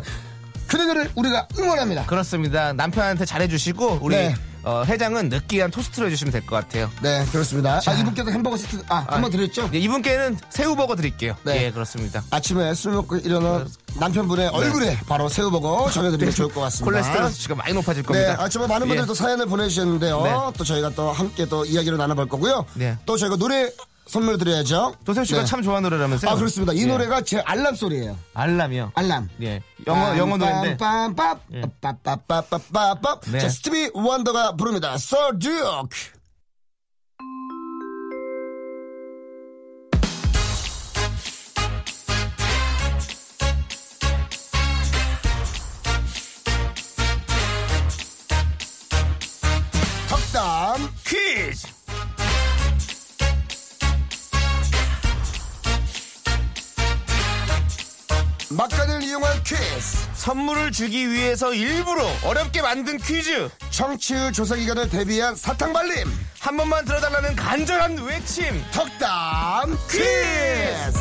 Speaker 2: 그들을 우리가 응원합니다.
Speaker 3: 그렇습니다. 남편한테 잘해주시고 우리
Speaker 2: 네.
Speaker 3: 어, 회장은 느끼한 토스트를 해주시면 될 것 같아요.
Speaker 2: 네, 그렇습니다. 아, 이분께도 햄버거 세트, 아, 한 번 드렸죠?
Speaker 3: 예, 이분께는 새우버거 드릴게요.
Speaker 2: 네.
Speaker 3: 예, 그렇습니다.
Speaker 2: 아침에 술 먹고 일어난 남편분의 얼굴에 바로 새우버거 전해드리면 좋을 것 같습니다.
Speaker 3: 네. 콜레스테롤 수치가 많이 높아질
Speaker 2: 네,
Speaker 3: 겁니다.
Speaker 2: 아, 정말 많은 분들 도
Speaker 3: 예.
Speaker 2: 사연을 보내주셨는데요.
Speaker 3: 네.
Speaker 2: 또 저희가 또 함께 또 이야기를 나눠볼 거고요.
Speaker 3: 네.
Speaker 2: 또 저희가 노래 선물 드려야죠.
Speaker 3: 조세호 씨가
Speaker 2: 네.
Speaker 3: 참 좋아하는 노래라면서요?
Speaker 2: 아, 그렇습니다. 이
Speaker 3: 예.
Speaker 2: 노래가 제 알람 소리예요.
Speaker 3: 알람이요.
Speaker 2: 알람.
Speaker 3: 예. 영어 영어 노래인데.
Speaker 2: 빰빰빰, 빰빰빰빰빰빰빰.
Speaker 3: 네.
Speaker 2: 자, 스티비 원더가 부릅니다. Sir Duke. 덕담
Speaker 7: 퀴즈
Speaker 2: 막간을 이용한 퀴즈
Speaker 3: 선물을 주기 위해서 일부러 어렵게 만든 퀴즈
Speaker 2: 청취율 조사 기간을 대비한 사탕 발림
Speaker 3: 한 번만 들어달라는 간절한 외침
Speaker 2: 덕담 퀴즈.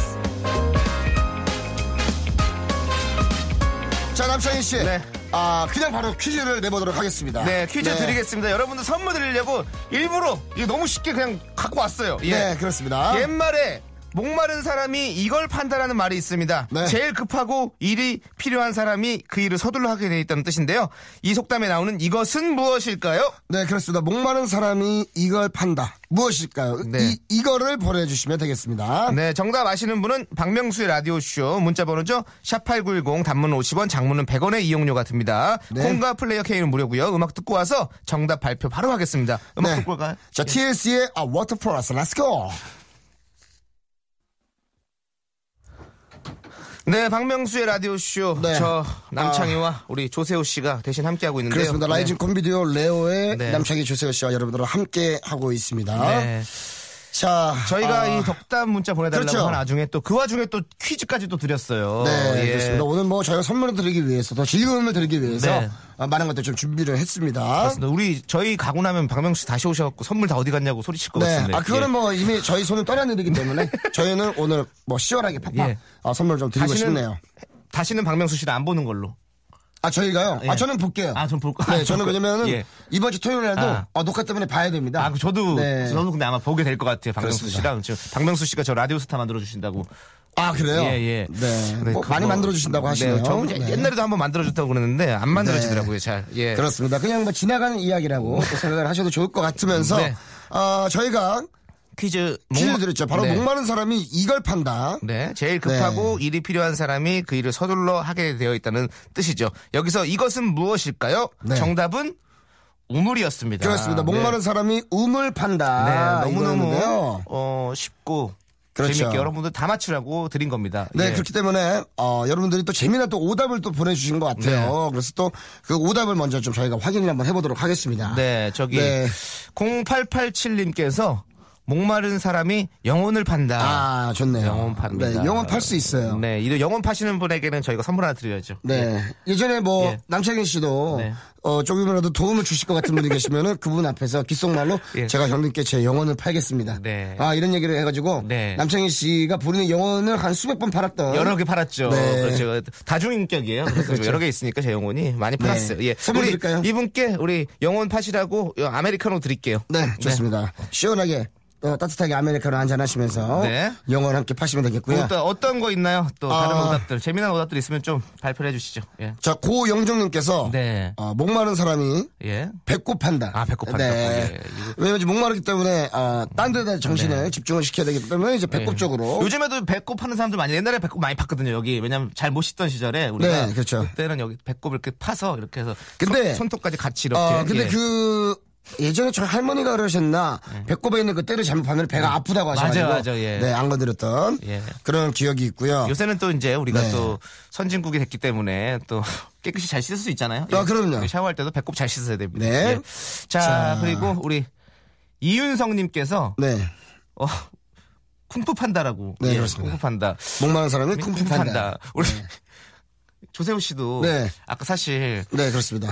Speaker 2: 자 남창희 씨,
Speaker 3: 네.
Speaker 2: 아 그냥 바로 퀴즈를 내보도록 하겠습니다.
Speaker 3: 네 퀴즈 드리겠습니다 여러분들 선물 드리려고 일부러 이거 너무 쉽게 그냥 갖고 왔어요 예.
Speaker 2: 네 그렇습니다.
Speaker 3: 옛말에 목마른 사람이 이걸 판다라는 말이 있습니다.
Speaker 2: 네.
Speaker 3: 제일 급하고 일이 필요한 사람이 그 일을 서둘러 하게 돼 있다는 뜻인데요. 이 속담에 나오는 이것은 무엇일까요?
Speaker 2: 네 그렇습니다. 목마른 사람이 이걸 판다 무엇일까요?
Speaker 3: 네.
Speaker 2: 이 이거를 보내주시면 되겠습니다.
Speaker 3: 네, 정답 아시는 분은 박명수의 라디오쇼 문자 번호죠. 샵8910 단문 50원, 장문은 100원의 이용료가 듭니다.
Speaker 2: 네.
Speaker 3: 콩과 플레이어 K는 무료고요. 음악 듣고 와서 정답 발표 바로 하겠습니다. 음악
Speaker 2: 네.
Speaker 3: 듣고 가요. 예.
Speaker 2: 자 TLC의 아 Water for Us, Let's Go.
Speaker 3: 네, 박명수의 라디오쇼
Speaker 2: 네.
Speaker 3: 저 남창희와 우리 조세호 씨가 대신 함께하고 있는데요.
Speaker 2: 그렇습니다. 라이징 콤비디오 레오의
Speaker 3: 네.
Speaker 2: 남창희 조세호 씨와 여러분들 함께 하고 있습니다.
Speaker 3: 네. 네.
Speaker 2: 자
Speaker 3: 저희가
Speaker 2: 아,
Speaker 3: 이 덕담 문자 보내달라고
Speaker 2: 그렇죠.
Speaker 3: 한 와중에 또 그 와중에 또 퀴즈까지 또 드렸어요.
Speaker 2: 네,
Speaker 3: 예.
Speaker 2: 그렇습니다. 오늘 뭐 저희가 선물을 드리기 위해서 더 즐거움을 드리기 위해서
Speaker 3: 네.
Speaker 2: 아, 많은 것들 좀 준비를 했습니다. 네.
Speaker 3: 그렇습니다. 우리 저희 가고 나면 박명수 씨 다시 오셔갖고 선물 다 어디 갔냐고 소리칠 것
Speaker 2: 네,
Speaker 3: 같은데.
Speaker 2: 아 그거는
Speaker 3: 예.
Speaker 2: 뭐 이미 저희 손을 떠난 일이기 때문에 저희는 오늘 뭐 시원하게 팍팍
Speaker 3: 예.
Speaker 2: 아, 선물 좀 드리고
Speaker 3: 다시는
Speaker 2: 싶네요.
Speaker 3: 다시는 박명수 씨를 안 보는 걸로.
Speaker 2: 아 저희가요?
Speaker 3: 예.
Speaker 2: 아 저는 볼게요.
Speaker 3: 아, 전 볼 거-
Speaker 2: 네,
Speaker 3: 아,
Speaker 2: 저는
Speaker 3: 볼 거-
Speaker 2: 왜냐면은
Speaker 3: 예.
Speaker 2: 이번 주 토요일에도
Speaker 3: 아.
Speaker 2: 아, 녹화 때문에 봐야 됩니다.
Speaker 3: 아, 그 저도
Speaker 2: 네.
Speaker 3: 저도 근데 아마 보게 될 것 같아요. 박명수
Speaker 2: 그렇습니다.
Speaker 3: 씨랑 지금 박명수 씨가 저 라디오 스타 만들어 주신다고.
Speaker 2: 아 그래요?
Speaker 3: 예, 예.
Speaker 2: 네, 뭐
Speaker 3: 그거-
Speaker 2: 많이 만들어 주신다고 하시네요.
Speaker 3: 네, 저
Speaker 2: 네.
Speaker 3: 옛날에도 한번 만들어 줬다고 그러는데 안 만들어지더라고요. 잘. 예.
Speaker 2: 그렇습니다. 그냥 뭐 지나가는 이야기라고 생각을 하셔도 좋을 것 같으면서
Speaker 3: 네.
Speaker 2: 아, 저희가
Speaker 3: 퀴즈
Speaker 2: 퀴즈
Speaker 3: 목마-
Speaker 2: 드렸죠. 바로
Speaker 3: 네.
Speaker 2: 목마른 사람이 이걸 판다.
Speaker 3: 네, 제일 급하고 일이 필요한 사람이 그 일을 서둘러 하게 되어 있다는 뜻이죠. 여기서 이것은 무엇일까요?
Speaker 2: 네.
Speaker 3: 정답은 우물이었습니다.
Speaker 2: 그렇습니다. 목마른
Speaker 3: 네.
Speaker 2: 사람이 음을
Speaker 3: 네,
Speaker 2: 판다.
Speaker 3: 너무너무
Speaker 2: 이거였는데요.
Speaker 3: 어, 쉽고
Speaker 2: 그렇죠.
Speaker 3: 재밌게 여러분들 다 맞추라고 드린 겁니다.
Speaker 2: 네,
Speaker 3: 예.
Speaker 2: 그렇기 때문에, 어, 여러분들이 또 재미난 또 오답을 또 보내주신 것 같아요.
Speaker 3: 네.
Speaker 2: 그래서 또 그 오답을 먼저 좀 저희가 확인을 한번 해보도록 하겠습니다.
Speaker 3: 네, 저기
Speaker 2: 네.
Speaker 3: 0887님께서 목마른 사람이 영혼을 판다.
Speaker 2: 아, 좋네요.
Speaker 3: 영혼 팝니다.
Speaker 2: 네, 영혼 팔 수 있어요. 네.
Speaker 3: 네, 이 영혼 파시는 분에게는 저희가 선물 하나 드려야죠.
Speaker 2: 예전에 뭐,
Speaker 3: 예.
Speaker 2: 남창현 씨도,
Speaker 3: 네.
Speaker 2: 어, 조금이라도 도움을 주실 것 같은 분이 계시면은 그분 앞에서 귓속말로
Speaker 3: 예.
Speaker 2: 제가 형님께 제 영혼을 팔겠습니다.
Speaker 3: 네.
Speaker 2: 아, 이런 얘기를 해가지고,
Speaker 3: 네.
Speaker 2: 남창현 씨가 부르는 영혼을 한 수백 번 팔았던.
Speaker 3: 여러 개 팔았죠.
Speaker 2: 어? 네. 그렇죠.
Speaker 3: 그렇죠. 다중인격이에요. 그래서 여러 개 있으니까 제 영혼이 많이 팔았어요.
Speaker 2: 네.
Speaker 3: 예.
Speaker 2: 선물
Speaker 3: 우리
Speaker 2: 드릴까요?
Speaker 3: 이분께 우리 영혼 파시라고 아메리카노 드릴게요.
Speaker 2: 네, 좋습니다. 시원하게 어, 따뜻하게 아메리카노 한잔 하시면서
Speaker 3: 네.
Speaker 2: 영원 함께 파시면 되겠고요.
Speaker 3: 또 어떤 거 있나요? 또
Speaker 2: 아.
Speaker 3: 다른 오답들 재미난 오답들 있으면 좀 발표해 주시죠. 예.
Speaker 2: 자, 고영정님께서
Speaker 3: 네.
Speaker 2: 어, 목마른 사람이
Speaker 3: 예.
Speaker 2: 배꼽 판다.
Speaker 3: 아, 배꼽 판다.
Speaker 2: 네.
Speaker 3: 예,
Speaker 2: 왜냐면 이제 목마르기 때문에 어, 딴 데다 정신을 집중을 시켜야 되기 때문에 이제 배꼽
Speaker 3: 예.
Speaker 2: 쪽으로.
Speaker 3: 요즘에도 배꼽 파는 사람들 많이 옛날에 배꼽 많이 팠거든요 여기 왜냐면 잘 못 씻던 시절에 우리가
Speaker 2: 네, 그렇죠.
Speaker 3: 때는 여기 배꼽을 이렇게 파서 이렇게 해서
Speaker 2: 근데-
Speaker 3: 손,톱까지 같이 이렇게
Speaker 2: 어, 근데
Speaker 3: 예.
Speaker 2: 그 예전에 저희 할머니가 그러셨나 배꼽에 있는 그 때를 잘못하면 배가 아프다고
Speaker 3: 예. 맞아,
Speaker 2: 하셔가지고
Speaker 3: 맞아, 예.
Speaker 2: 네, 안 건드렸던
Speaker 3: 예.
Speaker 2: 그런 기억이 있고요.
Speaker 3: 요새는 또 이제 우리가
Speaker 2: 어. 네.
Speaker 3: 또 선진국이 됐기 때문에 또 깨끗이 잘 씻을 수 있잖아요.
Speaker 2: 아, 그럼요.
Speaker 3: 예, 샤워할 때도 배꼽 잘 씻어야 됩니다.
Speaker 2: 네.
Speaker 3: 예. 자,
Speaker 2: 자.
Speaker 3: 그리고 우리 이윤성님께서
Speaker 2: 네.
Speaker 3: 어, 쿵푸 판다라고. 예,
Speaker 2: 네, 그렇습니다.
Speaker 3: 쿵푸 판다.
Speaker 2: 목마른 사람이 쿵푸 판다.
Speaker 3: 우리 조세호 씨도
Speaker 2: 네.
Speaker 3: 아까 사실
Speaker 2: 네, 그렇습니다.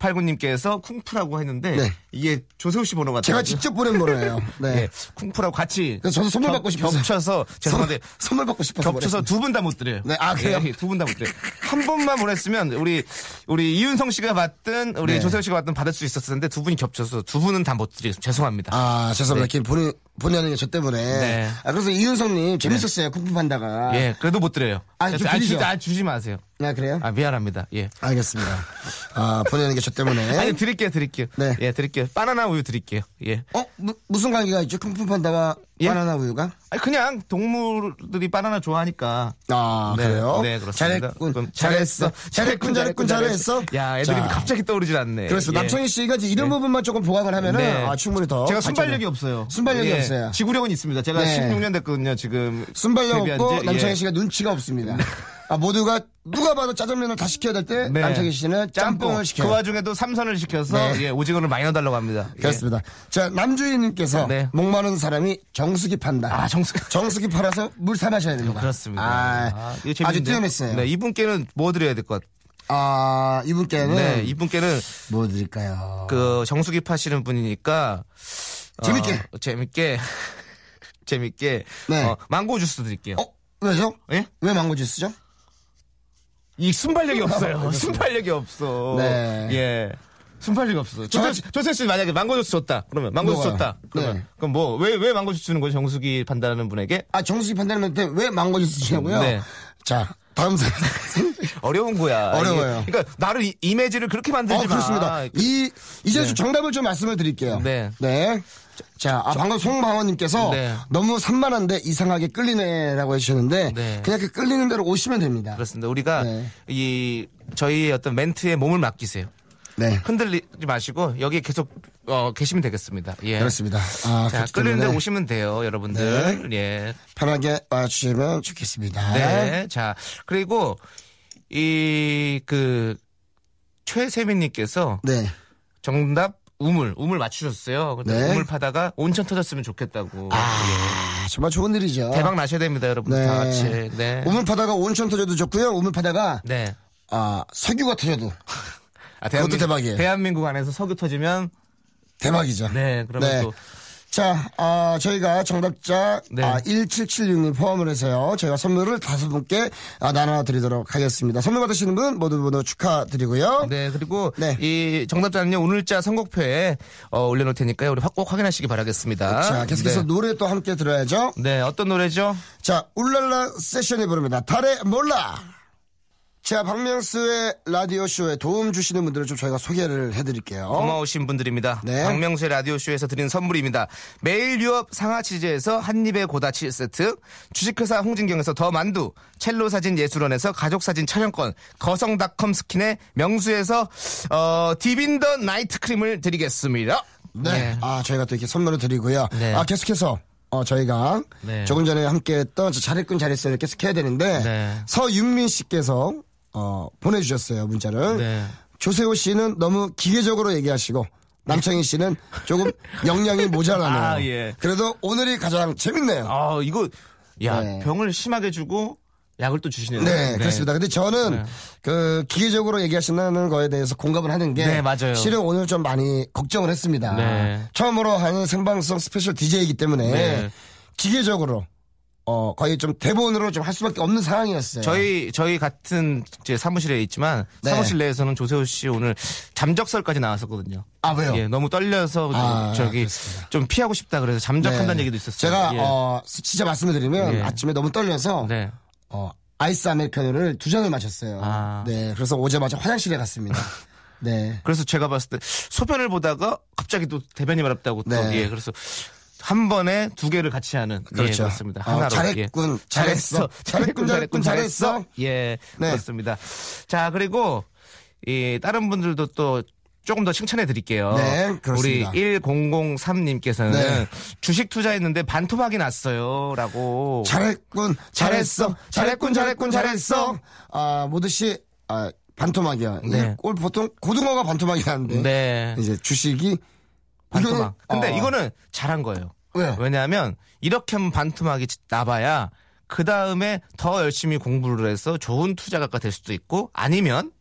Speaker 3: 5589님께서 쿵푸라고 했는데
Speaker 2: 네.
Speaker 3: 이게 조세호 씨 번호 같아요.
Speaker 2: 제가 직접 보낸 거예요. 네.
Speaker 3: 예, 쿵푸라고 같이
Speaker 2: 그래서 저도 선물
Speaker 3: 겹-
Speaker 2: 받고 싶어서.
Speaker 3: 겹쳐서 죄송한데
Speaker 2: 선물- 선물 받고 싶어서
Speaker 3: 겹쳐서 두 분 다 못 드려요. 예,
Speaker 2: 네, 아, 그래요?
Speaker 3: 두 분 다 못 드려요. 한 분만 보냈으면 우리 우리 이윤성 씨가 받든 우리
Speaker 2: 네.
Speaker 3: 조세호 씨가 받든 받을 수 있었을 텐데 두 분이 겹쳐서 두 분은 다 못 드려요. 죄송합니다.
Speaker 2: 아 죄송합니다. 이렇게 본인 본의 아니게 저 때문에.
Speaker 3: 네.
Speaker 2: 아, 그래서 이윤성님 재밌었어요. 쿵푸 판다가.
Speaker 3: 예, 그래도 못 드려요.
Speaker 2: 아, 좀 드리죠.
Speaker 3: 주지, 아, 주지 마세요.
Speaker 2: 아 그래요?
Speaker 3: 아, 미안합니다. 예.
Speaker 2: 알겠습니다. 아 본의 아니게 저 때문에.
Speaker 3: 아니, 드릴게요, 드릴게요.
Speaker 2: 네.
Speaker 3: 예, 드릴게요. 바나나 우유 드릴게요. 예.
Speaker 2: 어 무, 무슨 관계가 있죠? 쿵푸 판다와
Speaker 3: 예?
Speaker 2: 바나나 우유가?
Speaker 3: 아니, 그냥 동물들이 바나나 좋아하니까.
Speaker 2: 아
Speaker 3: 네,
Speaker 2: 그래요?
Speaker 3: 네, 그렇습니다.
Speaker 2: 잘했군.
Speaker 3: 그럼
Speaker 2: 잘했어. 잘했군. 잘했군. 잘했어.
Speaker 3: 야, 애들이
Speaker 2: 자,
Speaker 3: 갑자기 떠오르질 않네.
Speaker 2: 그렇습니다.
Speaker 3: 예.
Speaker 2: 남창희 씨가 이제 이런 부분만 조금 보강을 하면은
Speaker 3: 네.
Speaker 2: 아, 충분히 더
Speaker 3: 제가
Speaker 2: 발전을-
Speaker 3: 순발력이 없어요.
Speaker 2: 순발력이
Speaker 3: 예.
Speaker 2: 없어요.
Speaker 3: 지구력은 있습니다. 제가
Speaker 2: 네.
Speaker 3: 16년 됐거든요. 지금
Speaker 2: 순발력
Speaker 3: 데뷔한
Speaker 2: 없고
Speaker 3: 지.
Speaker 2: 남창희
Speaker 3: 예.
Speaker 2: 씨가 눈치가 없습니다. 아 모두가 누가 봐도 짜장면을 다 시켜야 될 때
Speaker 3: 네.
Speaker 2: 남창희 씨는 짬뽕을 시켜요.
Speaker 3: 그 와중에도 삼선을 시켜서
Speaker 2: 네.
Speaker 3: 예, 오징어를 많이 넣어달라고 합니다. 예.
Speaker 2: 그렇습니다. 자, 남주인님께서
Speaker 3: 네.
Speaker 2: 목마른 사람이 정수기 판다.
Speaker 3: 아, 정수기.
Speaker 2: 정수기 팔아서 물 사 마셔야 됩니다.
Speaker 3: 그렇습니다.
Speaker 2: 아,
Speaker 3: 이거
Speaker 2: 주
Speaker 3: 재밌는데요?
Speaker 2: 뛰어냈어요.
Speaker 3: 네, 이분께는 뭐 드려야 될 것
Speaker 2: 아, 이분께는
Speaker 3: 네, 이분께는
Speaker 2: 뭐 드릴까요?
Speaker 3: 그 정수기 파시는 분이니까 어,
Speaker 2: 재밌게.
Speaker 3: 재밌게 재밌게
Speaker 2: 네.
Speaker 3: 어, 망고 주스 드릴게요.
Speaker 2: 어, 왜죠?
Speaker 3: 예?
Speaker 2: 왜 망고 주스죠?
Speaker 3: 이 순발력이 없어요. 순발력이 없어.
Speaker 2: 아, 네.
Speaker 3: 예. 순발력이 없어. 조세 조세 씨 만약에 망고 주스 줬다. 그러면 망고 주스
Speaker 2: 뭐가요?
Speaker 3: 줬다. 그러면
Speaker 2: 네.
Speaker 3: 그럼 뭐 왜 왜 망고 주스 주는 거죠? 정수기 판단하는 분에게
Speaker 2: 아, 정수기 판단한테 왜 망고 주스 주냐고요?
Speaker 3: 네.
Speaker 2: 자, 다음 사람.
Speaker 3: 어려운 거야.
Speaker 2: 어려워요.
Speaker 3: 이게, 그러니까 나를 이- 이미지를 그렇게 만들지
Speaker 2: 어,
Speaker 3: 마.
Speaker 2: 그렇습니다. 이, 이제 좀 정답을 좀 말씀을 드릴게요.
Speaker 3: 네.
Speaker 2: 자, 아, 방금 송방원님께서
Speaker 3: 네.
Speaker 2: 너무 산만한데 이상하게 끌리네라고 해주셨는데
Speaker 3: 네.
Speaker 2: 그냥 그 끌리는 대로 오시면 됩니다.
Speaker 3: 그렇습니다. 우리가
Speaker 2: 네.
Speaker 3: 이 저희의 어떤 멘트에 몸을 맡기세요.
Speaker 2: 네.
Speaker 3: 흔들리지 마시고 여기 계속 어, 계시면 되겠습니다. 예.
Speaker 2: 그렇습니다. 아,
Speaker 3: 자,
Speaker 2: 그렇기
Speaker 3: 끓는데
Speaker 2: 때문에 네.
Speaker 3: 오시면 돼요, 여러분들. 예.
Speaker 2: 편하게 와주시면 좋겠습니다.
Speaker 3: 네. 자, 그리고 이 그 최세민 님께서
Speaker 2: 네.
Speaker 3: 정답 우물, 우물 맞추셨어요. 근데
Speaker 2: 네.
Speaker 3: 우물 파다가 온천 터졌으면 좋겠다고.
Speaker 2: 아, 정말 좋은 일이죠.
Speaker 3: 예. 대박 나셔야 됩니다, 여러분.
Speaker 2: 네.
Speaker 3: 다 같이. 네.
Speaker 2: 오물 파다가 온천 터져도 좋고요. 오물 파다가
Speaker 3: 네.
Speaker 2: 아, 석유가 터져도
Speaker 3: 아,
Speaker 2: 그것도 대박이에요.
Speaker 3: 대한민국 안에서 석유 터지면
Speaker 2: 대박이죠.
Speaker 3: 네, 그러면 또
Speaker 2: 자, 아, 저희가 정답자
Speaker 3: 네.
Speaker 2: 아, 1776님 포함을 해서요. 저희가 선물을 다섯 분께 아, 나눠드리도록 하겠습니다. 선물 받으시는 분 모두 모두 축하드리고요.
Speaker 3: 네, 그리고
Speaker 2: 네.
Speaker 3: 이 정답자는요, 오늘자 선곡표에 어, 올려놓을 테니까요. 우리 확 꼭 확인하시기 바라겠습니다.
Speaker 2: 자, 계속해서
Speaker 3: 네.
Speaker 2: 노래 또 함께 들어야죠.
Speaker 3: 네, 어떤 노래죠?
Speaker 2: 자, 울랄라 세션이 부릅니다. 달에 몰라! 자, 박명수의 라디오쇼에 도움 주시는 분들을 좀 저희가 소개를 해드릴게요.
Speaker 3: 고마우신 분들입니다.
Speaker 2: 네.
Speaker 3: 박명수의 라디오쇼에서 드리는 선물입니다. 매일 유업 상하치즈에서 한입의 고다치 세트, 주식회사 홍진경에서 더 만두, 첼로 사진 예술원에서 가족사진 촬영권, 거성닷컴 스킨의 명수에서 어, 디빈더 나이트 크림을 드리겠습니다.
Speaker 2: 네. 아, 저희가 또 이렇게 선물을 드리고요.
Speaker 3: 네.
Speaker 2: 아, 계속해서. 어, 저희가
Speaker 3: 네.
Speaker 2: 조금 전에 함께 했던 저 잘했군 잘했어요 계속 해야 되는데
Speaker 3: 네.
Speaker 2: 서윤민 씨께서 어, 보내주셨어요 문자를
Speaker 3: 네.
Speaker 2: 조세호 씨는 너무 기계적으로 얘기하시고 남창희 씨는 조금 역량이 모자라네요
Speaker 3: 아, 예.
Speaker 2: 그래도 오늘이 가장 재밌네요
Speaker 3: 아, 이거, 야,
Speaker 2: 네.
Speaker 3: 병을 심하게 주고 약을 또 주시네요.
Speaker 2: 네, 그렇습니다. 근데 저는 그 기계적으로 얘기하시는 거에 대해서 공감을 하는 게
Speaker 3: 네, 맞아요.
Speaker 2: 실은 오늘 좀 많이 걱정을 했습니다.
Speaker 3: 네.
Speaker 2: 처음으로 하는 생방송 스페셜 DJ이기 때문에
Speaker 3: 네.
Speaker 2: 기계적으로 어 거의 좀 대본으로 좀 할 수밖에 없는 상황이었어요.
Speaker 3: 네. 저희 저희 같은 이제 사무실에 있지만
Speaker 2: 네.
Speaker 3: 사무실 내에서는 조세호 씨 오늘 잠적설까지 나왔었거든요.
Speaker 2: 아 왜요?
Speaker 3: 예, 너무 떨려서
Speaker 2: 아,
Speaker 3: 저기 좀 피하고 싶다 그래서 잠적한다는
Speaker 2: 네.
Speaker 3: 얘기도 있었어요.
Speaker 2: 제가
Speaker 3: 예.
Speaker 2: 어 진짜 말씀을 드리면
Speaker 3: 예.
Speaker 2: 아침에 너무 떨려서
Speaker 3: 네.
Speaker 2: 어 아이스 아메리카노를 두 잔을 마셨어요.
Speaker 3: 아.
Speaker 2: 네, 그래서 오자마자 화장실에 갔습니다. 네.
Speaker 3: 그래서 제가 봤을 때 소변을 보다가 갑자기 또 대변이 마렵다고 또
Speaker 2: 네.
Speaker 3: 예, 그래서 한 번에 두 개를 같이 하는 예,
Speaker 2: 그렇죠.
Speaker 3: 그렇습니다.
Speaker 2: 어,
Speaker 3: 하나로
Speaker 2: 잘했군,
Speaker 3: 예.
Speaker 2: 잘했어. 잘했군, 잘했군, 잘했어.
Speaker 3: 예,
Speaker 2: 네.
Speaker 3: 그렇습니다. 자 그리고 이 다른 분들도 또 조금 더 칭찬해 드릴게요.
Speaker 2: 네, 그렇습니다.
Speaker 3: 우리 1003님께서는
Speaker 2: 네.
Speaker 3: 주식 투자했는데 반토막이 났어요라고.
Speaker 2: 잘했군 잘했어 잘했군 잘했군 잘했어 아 모두 씨 아, 반토막이야
Speaker 3: 네.
Speaker 2: 네. 꼴 보통 고등어가 반토막이 나는데
Speaker 3: 네.
Speaker 2: 이제 주식이 이거는-
Speaker 3: 반토막. 근데
Speaker 2: 어.
Speaker 3: 이거는 잘한 거예요.
Speaker 2: 왜요?
Speaker 3: 냐하면 이렇게 하면 반토막이 나봐야 그 다음에 더 열심히 공부를 해서 좋은 투자가가 될 수도 있고 아니면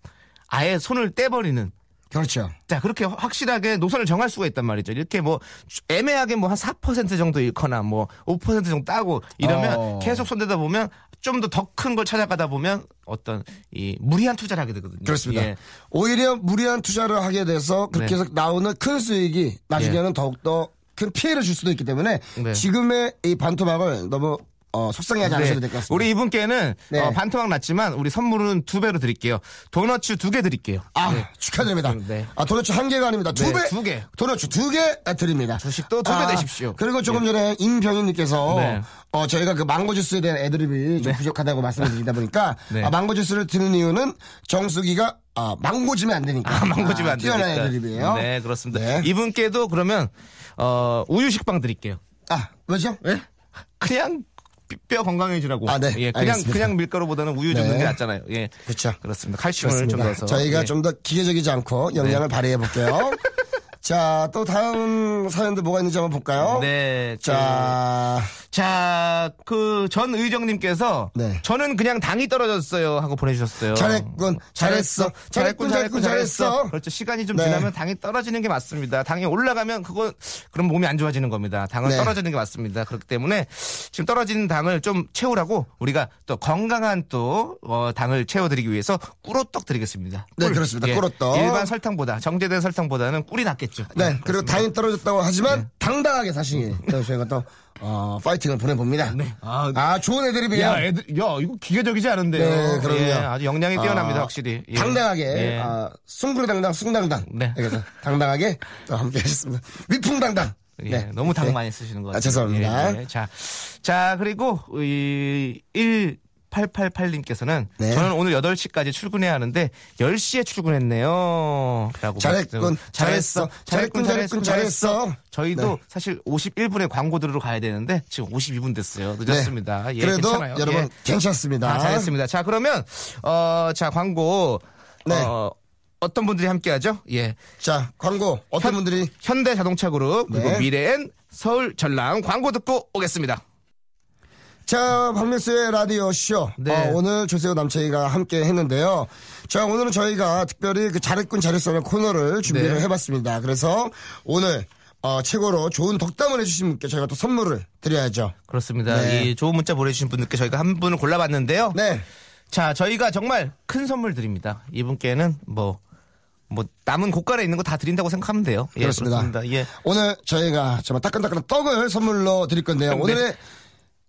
Speaker 3: 아예 손을 떼버리는
Speaker 2: 그렇죠
Speaker 3: 자 그렇게 확실하게 노선을 정할 수가 있단 말이죠. 이렇게 뭐 애매하게 뭐 한 4% 정도 잃거나 뭐 5% 정도 따고 이러면
Speaker 2: 어.
Speaker 3: 계속 손대다 보면 좀 더 더 큰 걸 찾아가다 보면 어떤 이 무리한 투자를 하게 되거든요.
Speaker 2: 그렇습니다
Speaker 3: 예.
Speaker 2: 오히려 무리한 투자를 하게 돼서 그렇게
Speaker 3: 네. 예.
Speaker 2: 해서 나오는 큰 수익이 나중에는 더욱더 큰 피해를 줄 수도 있기 때문에
Speaker 3: 네.
Speaker 2: 지금의 이 반토막을 너무 어, 속상해하지
Speaker 3: 네.
Speaker 2: 않으셔도 될 것 같습니다
Speaker 3: 우리 이분께는
Speaker 2: 네.
Speaker 3: 어, 반토막 났지만 우리 선물은 두 배로 드릴게요. 도너츠 두 개 드릴게요.
Speaker 2: 아 축하드립니다.
Speaker 3: 네.
Speaker 2: 아 도넛 한 개가 아닙니다. 두
Speaker 3: 네,
Speaker 2: 배,
Speaker 3: 두 개.
Speaker 2: 도넛 두 개 드립니다. 아,
Speaker 3: 주식도 두배 내십시오. 예.
Speaker 2: 그리고 조금 전에 임병인님께서
Speaker 3: 네.
Speaker 2: 어, 저희가 그 망고 주스에 대한 애드립이 좀 부족하다고 말씀을 드리다 보니까
Speaker 3: 네.
Speaker 2: 아, 망고 주스를 드는 이유는 정수기가 아, 망고지면 안 되니까.
Speaker 3: 아, 망고집에 안
Speaker 2: 뛰어난
Speaker 3: 되니까.
Speaker 2: 애드립이에요.
Speaker 3: 네, 그렇습니다.
Speaker 2: 네.
Speaker 3: 이분께도 그러면 어, 우유 식빵 드릴게요.
Speaker 2: 아 뭐죠?
Speaker 3: 네? 그냥 뼈 건강해지라고.
Speaker 2: 아, 네.
Speaker 3: 예, 그냥
Speaker 2: 알겠습니다.
Speaker 3: 그냥 밀가루보다는 우유 좀
Speaker 2: 네.
Speaker 3: 넣는 게 낫잖아요. 예.
Speaker 2: 그렇죠.
Speaker 3: 그렇습니다. 칼슘을 좀
Speaker 2: 그렇습니다.
Speaker 3: 넣어서. 네.
Speaker 2: 저희가
Speaker 3: 예.
Speaker 2: 좀 더 기계적이지 않고 영향을 발휘해 볼게요. 자, 또 다음 사연들 뭐가 있는지 한번 볼까요?
Speaker 3: 네.
Speaker 2: 어? 자,
Speaker 3: 자, 그 전 의정님께서
Speaker 2: 네.
Speaker 3: 저는 그냥 당이 떨어졌어요 하고 보내주셨어요.
Speaker 2: 잘했군, 잘했어, 잘했군, 잘했군, 잘했어.
Speaker 3: 그렇죠. 시간이 좀
Speaker 2: 네.
Speaker 3: 지나면 당이 떨어지는 게 맞습니다. 당이 올라가면 그건 그럼 몸이 안 좋아지는 겁니다. 당은
Speaker 2: 네.
Speaker 3: 떨어지는 게 맞습니다. 그렇기 때문에 지금 떨어진 당을 좀 채우라고 우리가 또 건강한 또 어, 당을 채워드리기 위해서 꿀오떡 드리겠습니다.
Speaker 2: 네,
Speaker 3: 꿀. 예,
Speaker 2: 그렇습니다. 꿀오떡.
Speaker 3: 일반 설탕보다 정제된 설탕보다는 꿀이 낫겠죠.
Speaker 2: 네, 그리고 당이 떨어졌다고 하지만
Speaker 3: 네.
Speaker 2: 당당하게 사실 또 저희가 또 어, 파이팅을 보내봅니다. 아,
Speaker 3: 아,
Speaker 2: 좋은 애드립이에요.
Speaker 3: 야, 애들, 야, 이거 기계적이지 않은데요.
Speaker 2: 네, 그럼요.
Speaker 3: 예, 아주 역량이 뛰어납니다,
Speaker 2: 아,
Speaker 3: 확실히. 예.
Speaker 2: 당당하게
Speaker 3: 예.
Speaker 2: 아, 숭구리당당 숭당당
Speaker 3: 네.
Speaker 2: 그래서 당당하게 또 함께 하겠습니다. 위풍당당.
Speaker 3: 예,
Speaker 2: 네.
Speaker 3: 너무 당
Speaker 2: 네.
Speaker 3: 많이 쓰시는 것
Speaker 2: 아,
Speaker 3: 같아요.
Speaker 2: 죄송합니다.
Speaker 3: 예, 예. 자, 자, 그리고, 이, 1888님께서는
Speaker 2: 네.
Speaker 3: 저는 오늘 8시까지 출근해야 하는데 10시에 출근했네요. 라고.
Speaker 2: 잘했군,
Speaker 3: 말씀-
Speaker 2: 잘했어, 잘했군, 잘했군, 잘했어.
Speaker 3: 저희도
Speaker 2: 네.
Speaker 3: 사실 51분에 광고 들으러 가야 되는데 지금 52분 됐어요. 늦었습니다.
Speaker 2: 네.
Speaker 3: 예,
Speaker 2: 그래도
Speaker 3: 괜찮아요.
Speaker 2: 여러분
Speaker 3: 예.
Speaker 2: 괜찮습니다.
Speaker 3: 다 잘했습니다. 자, 그러면, 어, 자, 광고.
Speaker 2: 네.
Speaker 3: 어, 어떤 분들이 함께 하죠? 예.
Speaker 2: 자, 광고 어떤
Speaker 3: 현-
Speaker 2: 분들이
Speaker 3: 현대 자동차 그룹, 그리고
Speaker 2: 네.
Speaker 3: 미래엔 서울 전랑 광고 듣고 오겠습니다.
Speaker 2: 자, 박명수의 라디오 쇼.
Speaker 3: 네.
Speaker 2: 어, 오늘 조세호 남창희가 함께 했는데요. 자, 오늘은 저희가 특별히 그 잘했군 잘했어라는 코너를 준비를
Speaker 3: 네.
Speaker 2: 해봤습니다. 그래서 오늘 어, 최고로 좋은 덕담을 해주신 분께 저희가 또 선물을 드려야죠.
Speaker 3: 그렇습니다.
Speaker 2: 네.
Speaker 3: 이 좋은 문자 보내주신 분들께 저희가 한 분을 골라봤는데요.
Speaker 2: 네.
Speaker 3: 자, 저희가 정말 큰 선물 드립니다. 이분께는 뭐, 뭐, 남은 고깔에 있는 거 다 드린다고 생각하면 돼요. 예,
Speaker 2: 그렇습니다.
Speaker 3: 예.
Speaker 2: 오늘 저희가 정말 따끈따끈한 떡을 선물로 드릴 건데요. 오늘의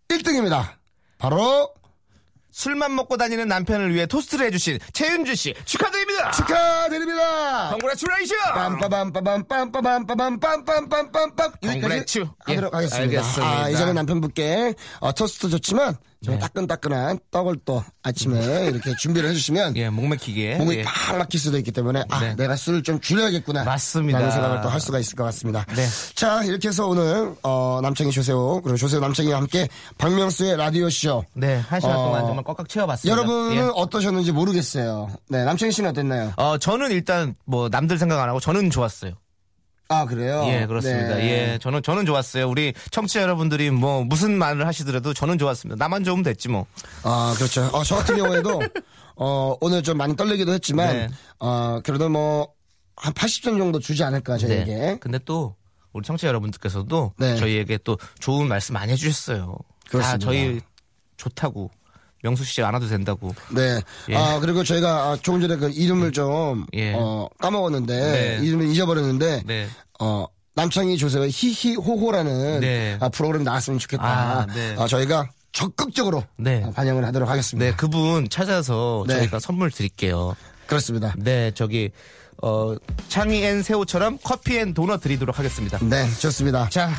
Speaker 2: 1등입니다. 바로
Speaker 3: 술만 먹고 다니는 남편을 위해 토스트를 해주신 최윤주 씨 축하드립니다.
Speaker 2: 아, 축하드립니다.
Speaker 3: Congratulations!
Speaker 2: 빰빠밤빠밤빰빠밤빠밤빰빰빰빰빰빰 여기까지
Speaker 3: Congrats. 예,
Speaker 2: 하도록 하겠습니다.
Speaker 3: 알겠습니다.
Speaker 2: 아, 이제는 남편분께 어, 토스트 좋지만 좀
Speaker 3: 네.
Speaker 2: 따끈따끈한 떡을 또 아침에 이렇게 준비를 해주시면
Speaker 3: 음. 예, 목맥히게.
Speaker 2: 몸이
Speaker 3: 예.
Speaker 2: 팍 막힐 수도 있기 때문에 아
Speaker 3: 네.
Speaker 2: 내가 술을 좀 줄여야겠구나
Speaker 3: 맞습니다.
Speaker 2: 라는 생각을 또 할 수가 있을 것 같습니다
Speaker 3: 네.
Speaker 2: 자 이렇게 해서 오늘 어, 남창희 조세호 그리고 조세호 남창희와 함께 박명수의 라디오쇼
Speaker 3: 네, 한 시간
Speaker 2: 어,
Speaker 3: 동안 정말 꽉꽉 채워봤습니다.
Speaker 2: 여러분은
Speaker 3: 예.
Speaker 2: 어떠셨는지 모르겠어요 네 남창희 씨는 어땠나요?
Speaker 3: 어, 저는 일단 뭐 남들 생각 안 하고 저는 좋았어요.
Speaker 2: 아 그래요?
Speaker 3: 예, 그렇습니다.
Speaker 2: 네.
Speaker 3: 예, 저는 저는 좋았어요. 우리 청취자 여러분들이 뭐 무슨 말을 하시더라도 저는 좋았습니다. 나만 좋으면 됐지 뭐.
Speaker 2: 아, 그렇죠. 어, 저 같은 경우에도, 어, 오늘 좀 많이 떨리기도 했지만,
Speaker 3: 네.
Speaker 2: 어, 그래도 뭐, 한 80점 정도 주지
Speaker 3: 네.
Speaker 2: 않을까, 저에게.
Speaker 3: 근데 또 우리 청취자 여러분들께서도
Speaker 2: 네.
Speaker 3: 저희에게 또 좋은 말씀 많이 해주셨어요.
Speaker 2: 그렇습니다.
Speaker 3: 다 저희 좋다고 명수 씨 안 와도 된다고.
Speaker 2: 네.
Speaker 3: 예.
Speaker 2: 아, 그리고 저희가 아, 조금 전에 그 이름을 좀,
Speaker 3: 예.
Speaker 2: 어, 까먹었는데,
Speaker 3: 네.
Speaker 2: 이름을 잊어버렸는데,
Speaker 3: 네.
Speaker 2: 어, 남창희 조세가 히히호호라는
Speaker 3: 네.
Speaker 2: 아, 프로그램 나왔으면 좋겠다.
Speaker 3: 아, 네.
Speaker 2: 아, 저희가 적극적으로
Speaker 3: 네.
Speaker 2: 아, 반영을 하도록 하겠습니다.
Speaker 3: 네, 그분 찾아서
Speaker 2: 네.
Speaker 3: 저희가 선물 드릴게요.
Speaker 2: 그렇습니다.
Speaker 3: 네, 저기 어 창희 앤 새우처럼 커피 앤 도넛 드리도록 하겠습니다.
Speaker 2: 네, 좋습니다.
Speaker 3: 자,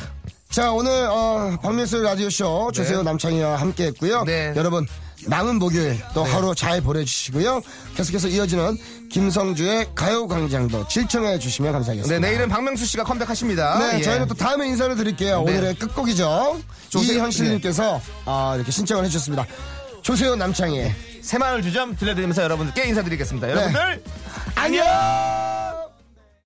Speaker 2: 자 오늘 어, 박민수 라디오쇼 조세호 남창희와 함께했고요.
Speaker 3: 네.
Speaker 2: 여러분 남은 목요일 또 하루 잘 보내주시고요. 계속해서 이어지는 김성주의 가요광장도 질청해 주시면
Speaker 3: 네,
Speaker 2: 감사하겠습니다.
Speaker 3: 내일은 박명수 씨가 컴백하십니다.
Speaker 2: 네,
Speaker 3: 예.
Speaker 2: 저희는 또 다음에 인사를 드릴게요.
Speaker 3: 네.
Speaker 2: 오늘의 끝곡이죠.
Speaker 3: 조세-
Speaker 2: 이현실님께서 아, 이렇게 신청을 해주셨습니다. 조세호 남창희
Speaker 3: 네. 새마을 주점 들려드리면서 여러분들께 인사드리겠습니다. 여러분들
Speaker 2: 안녕.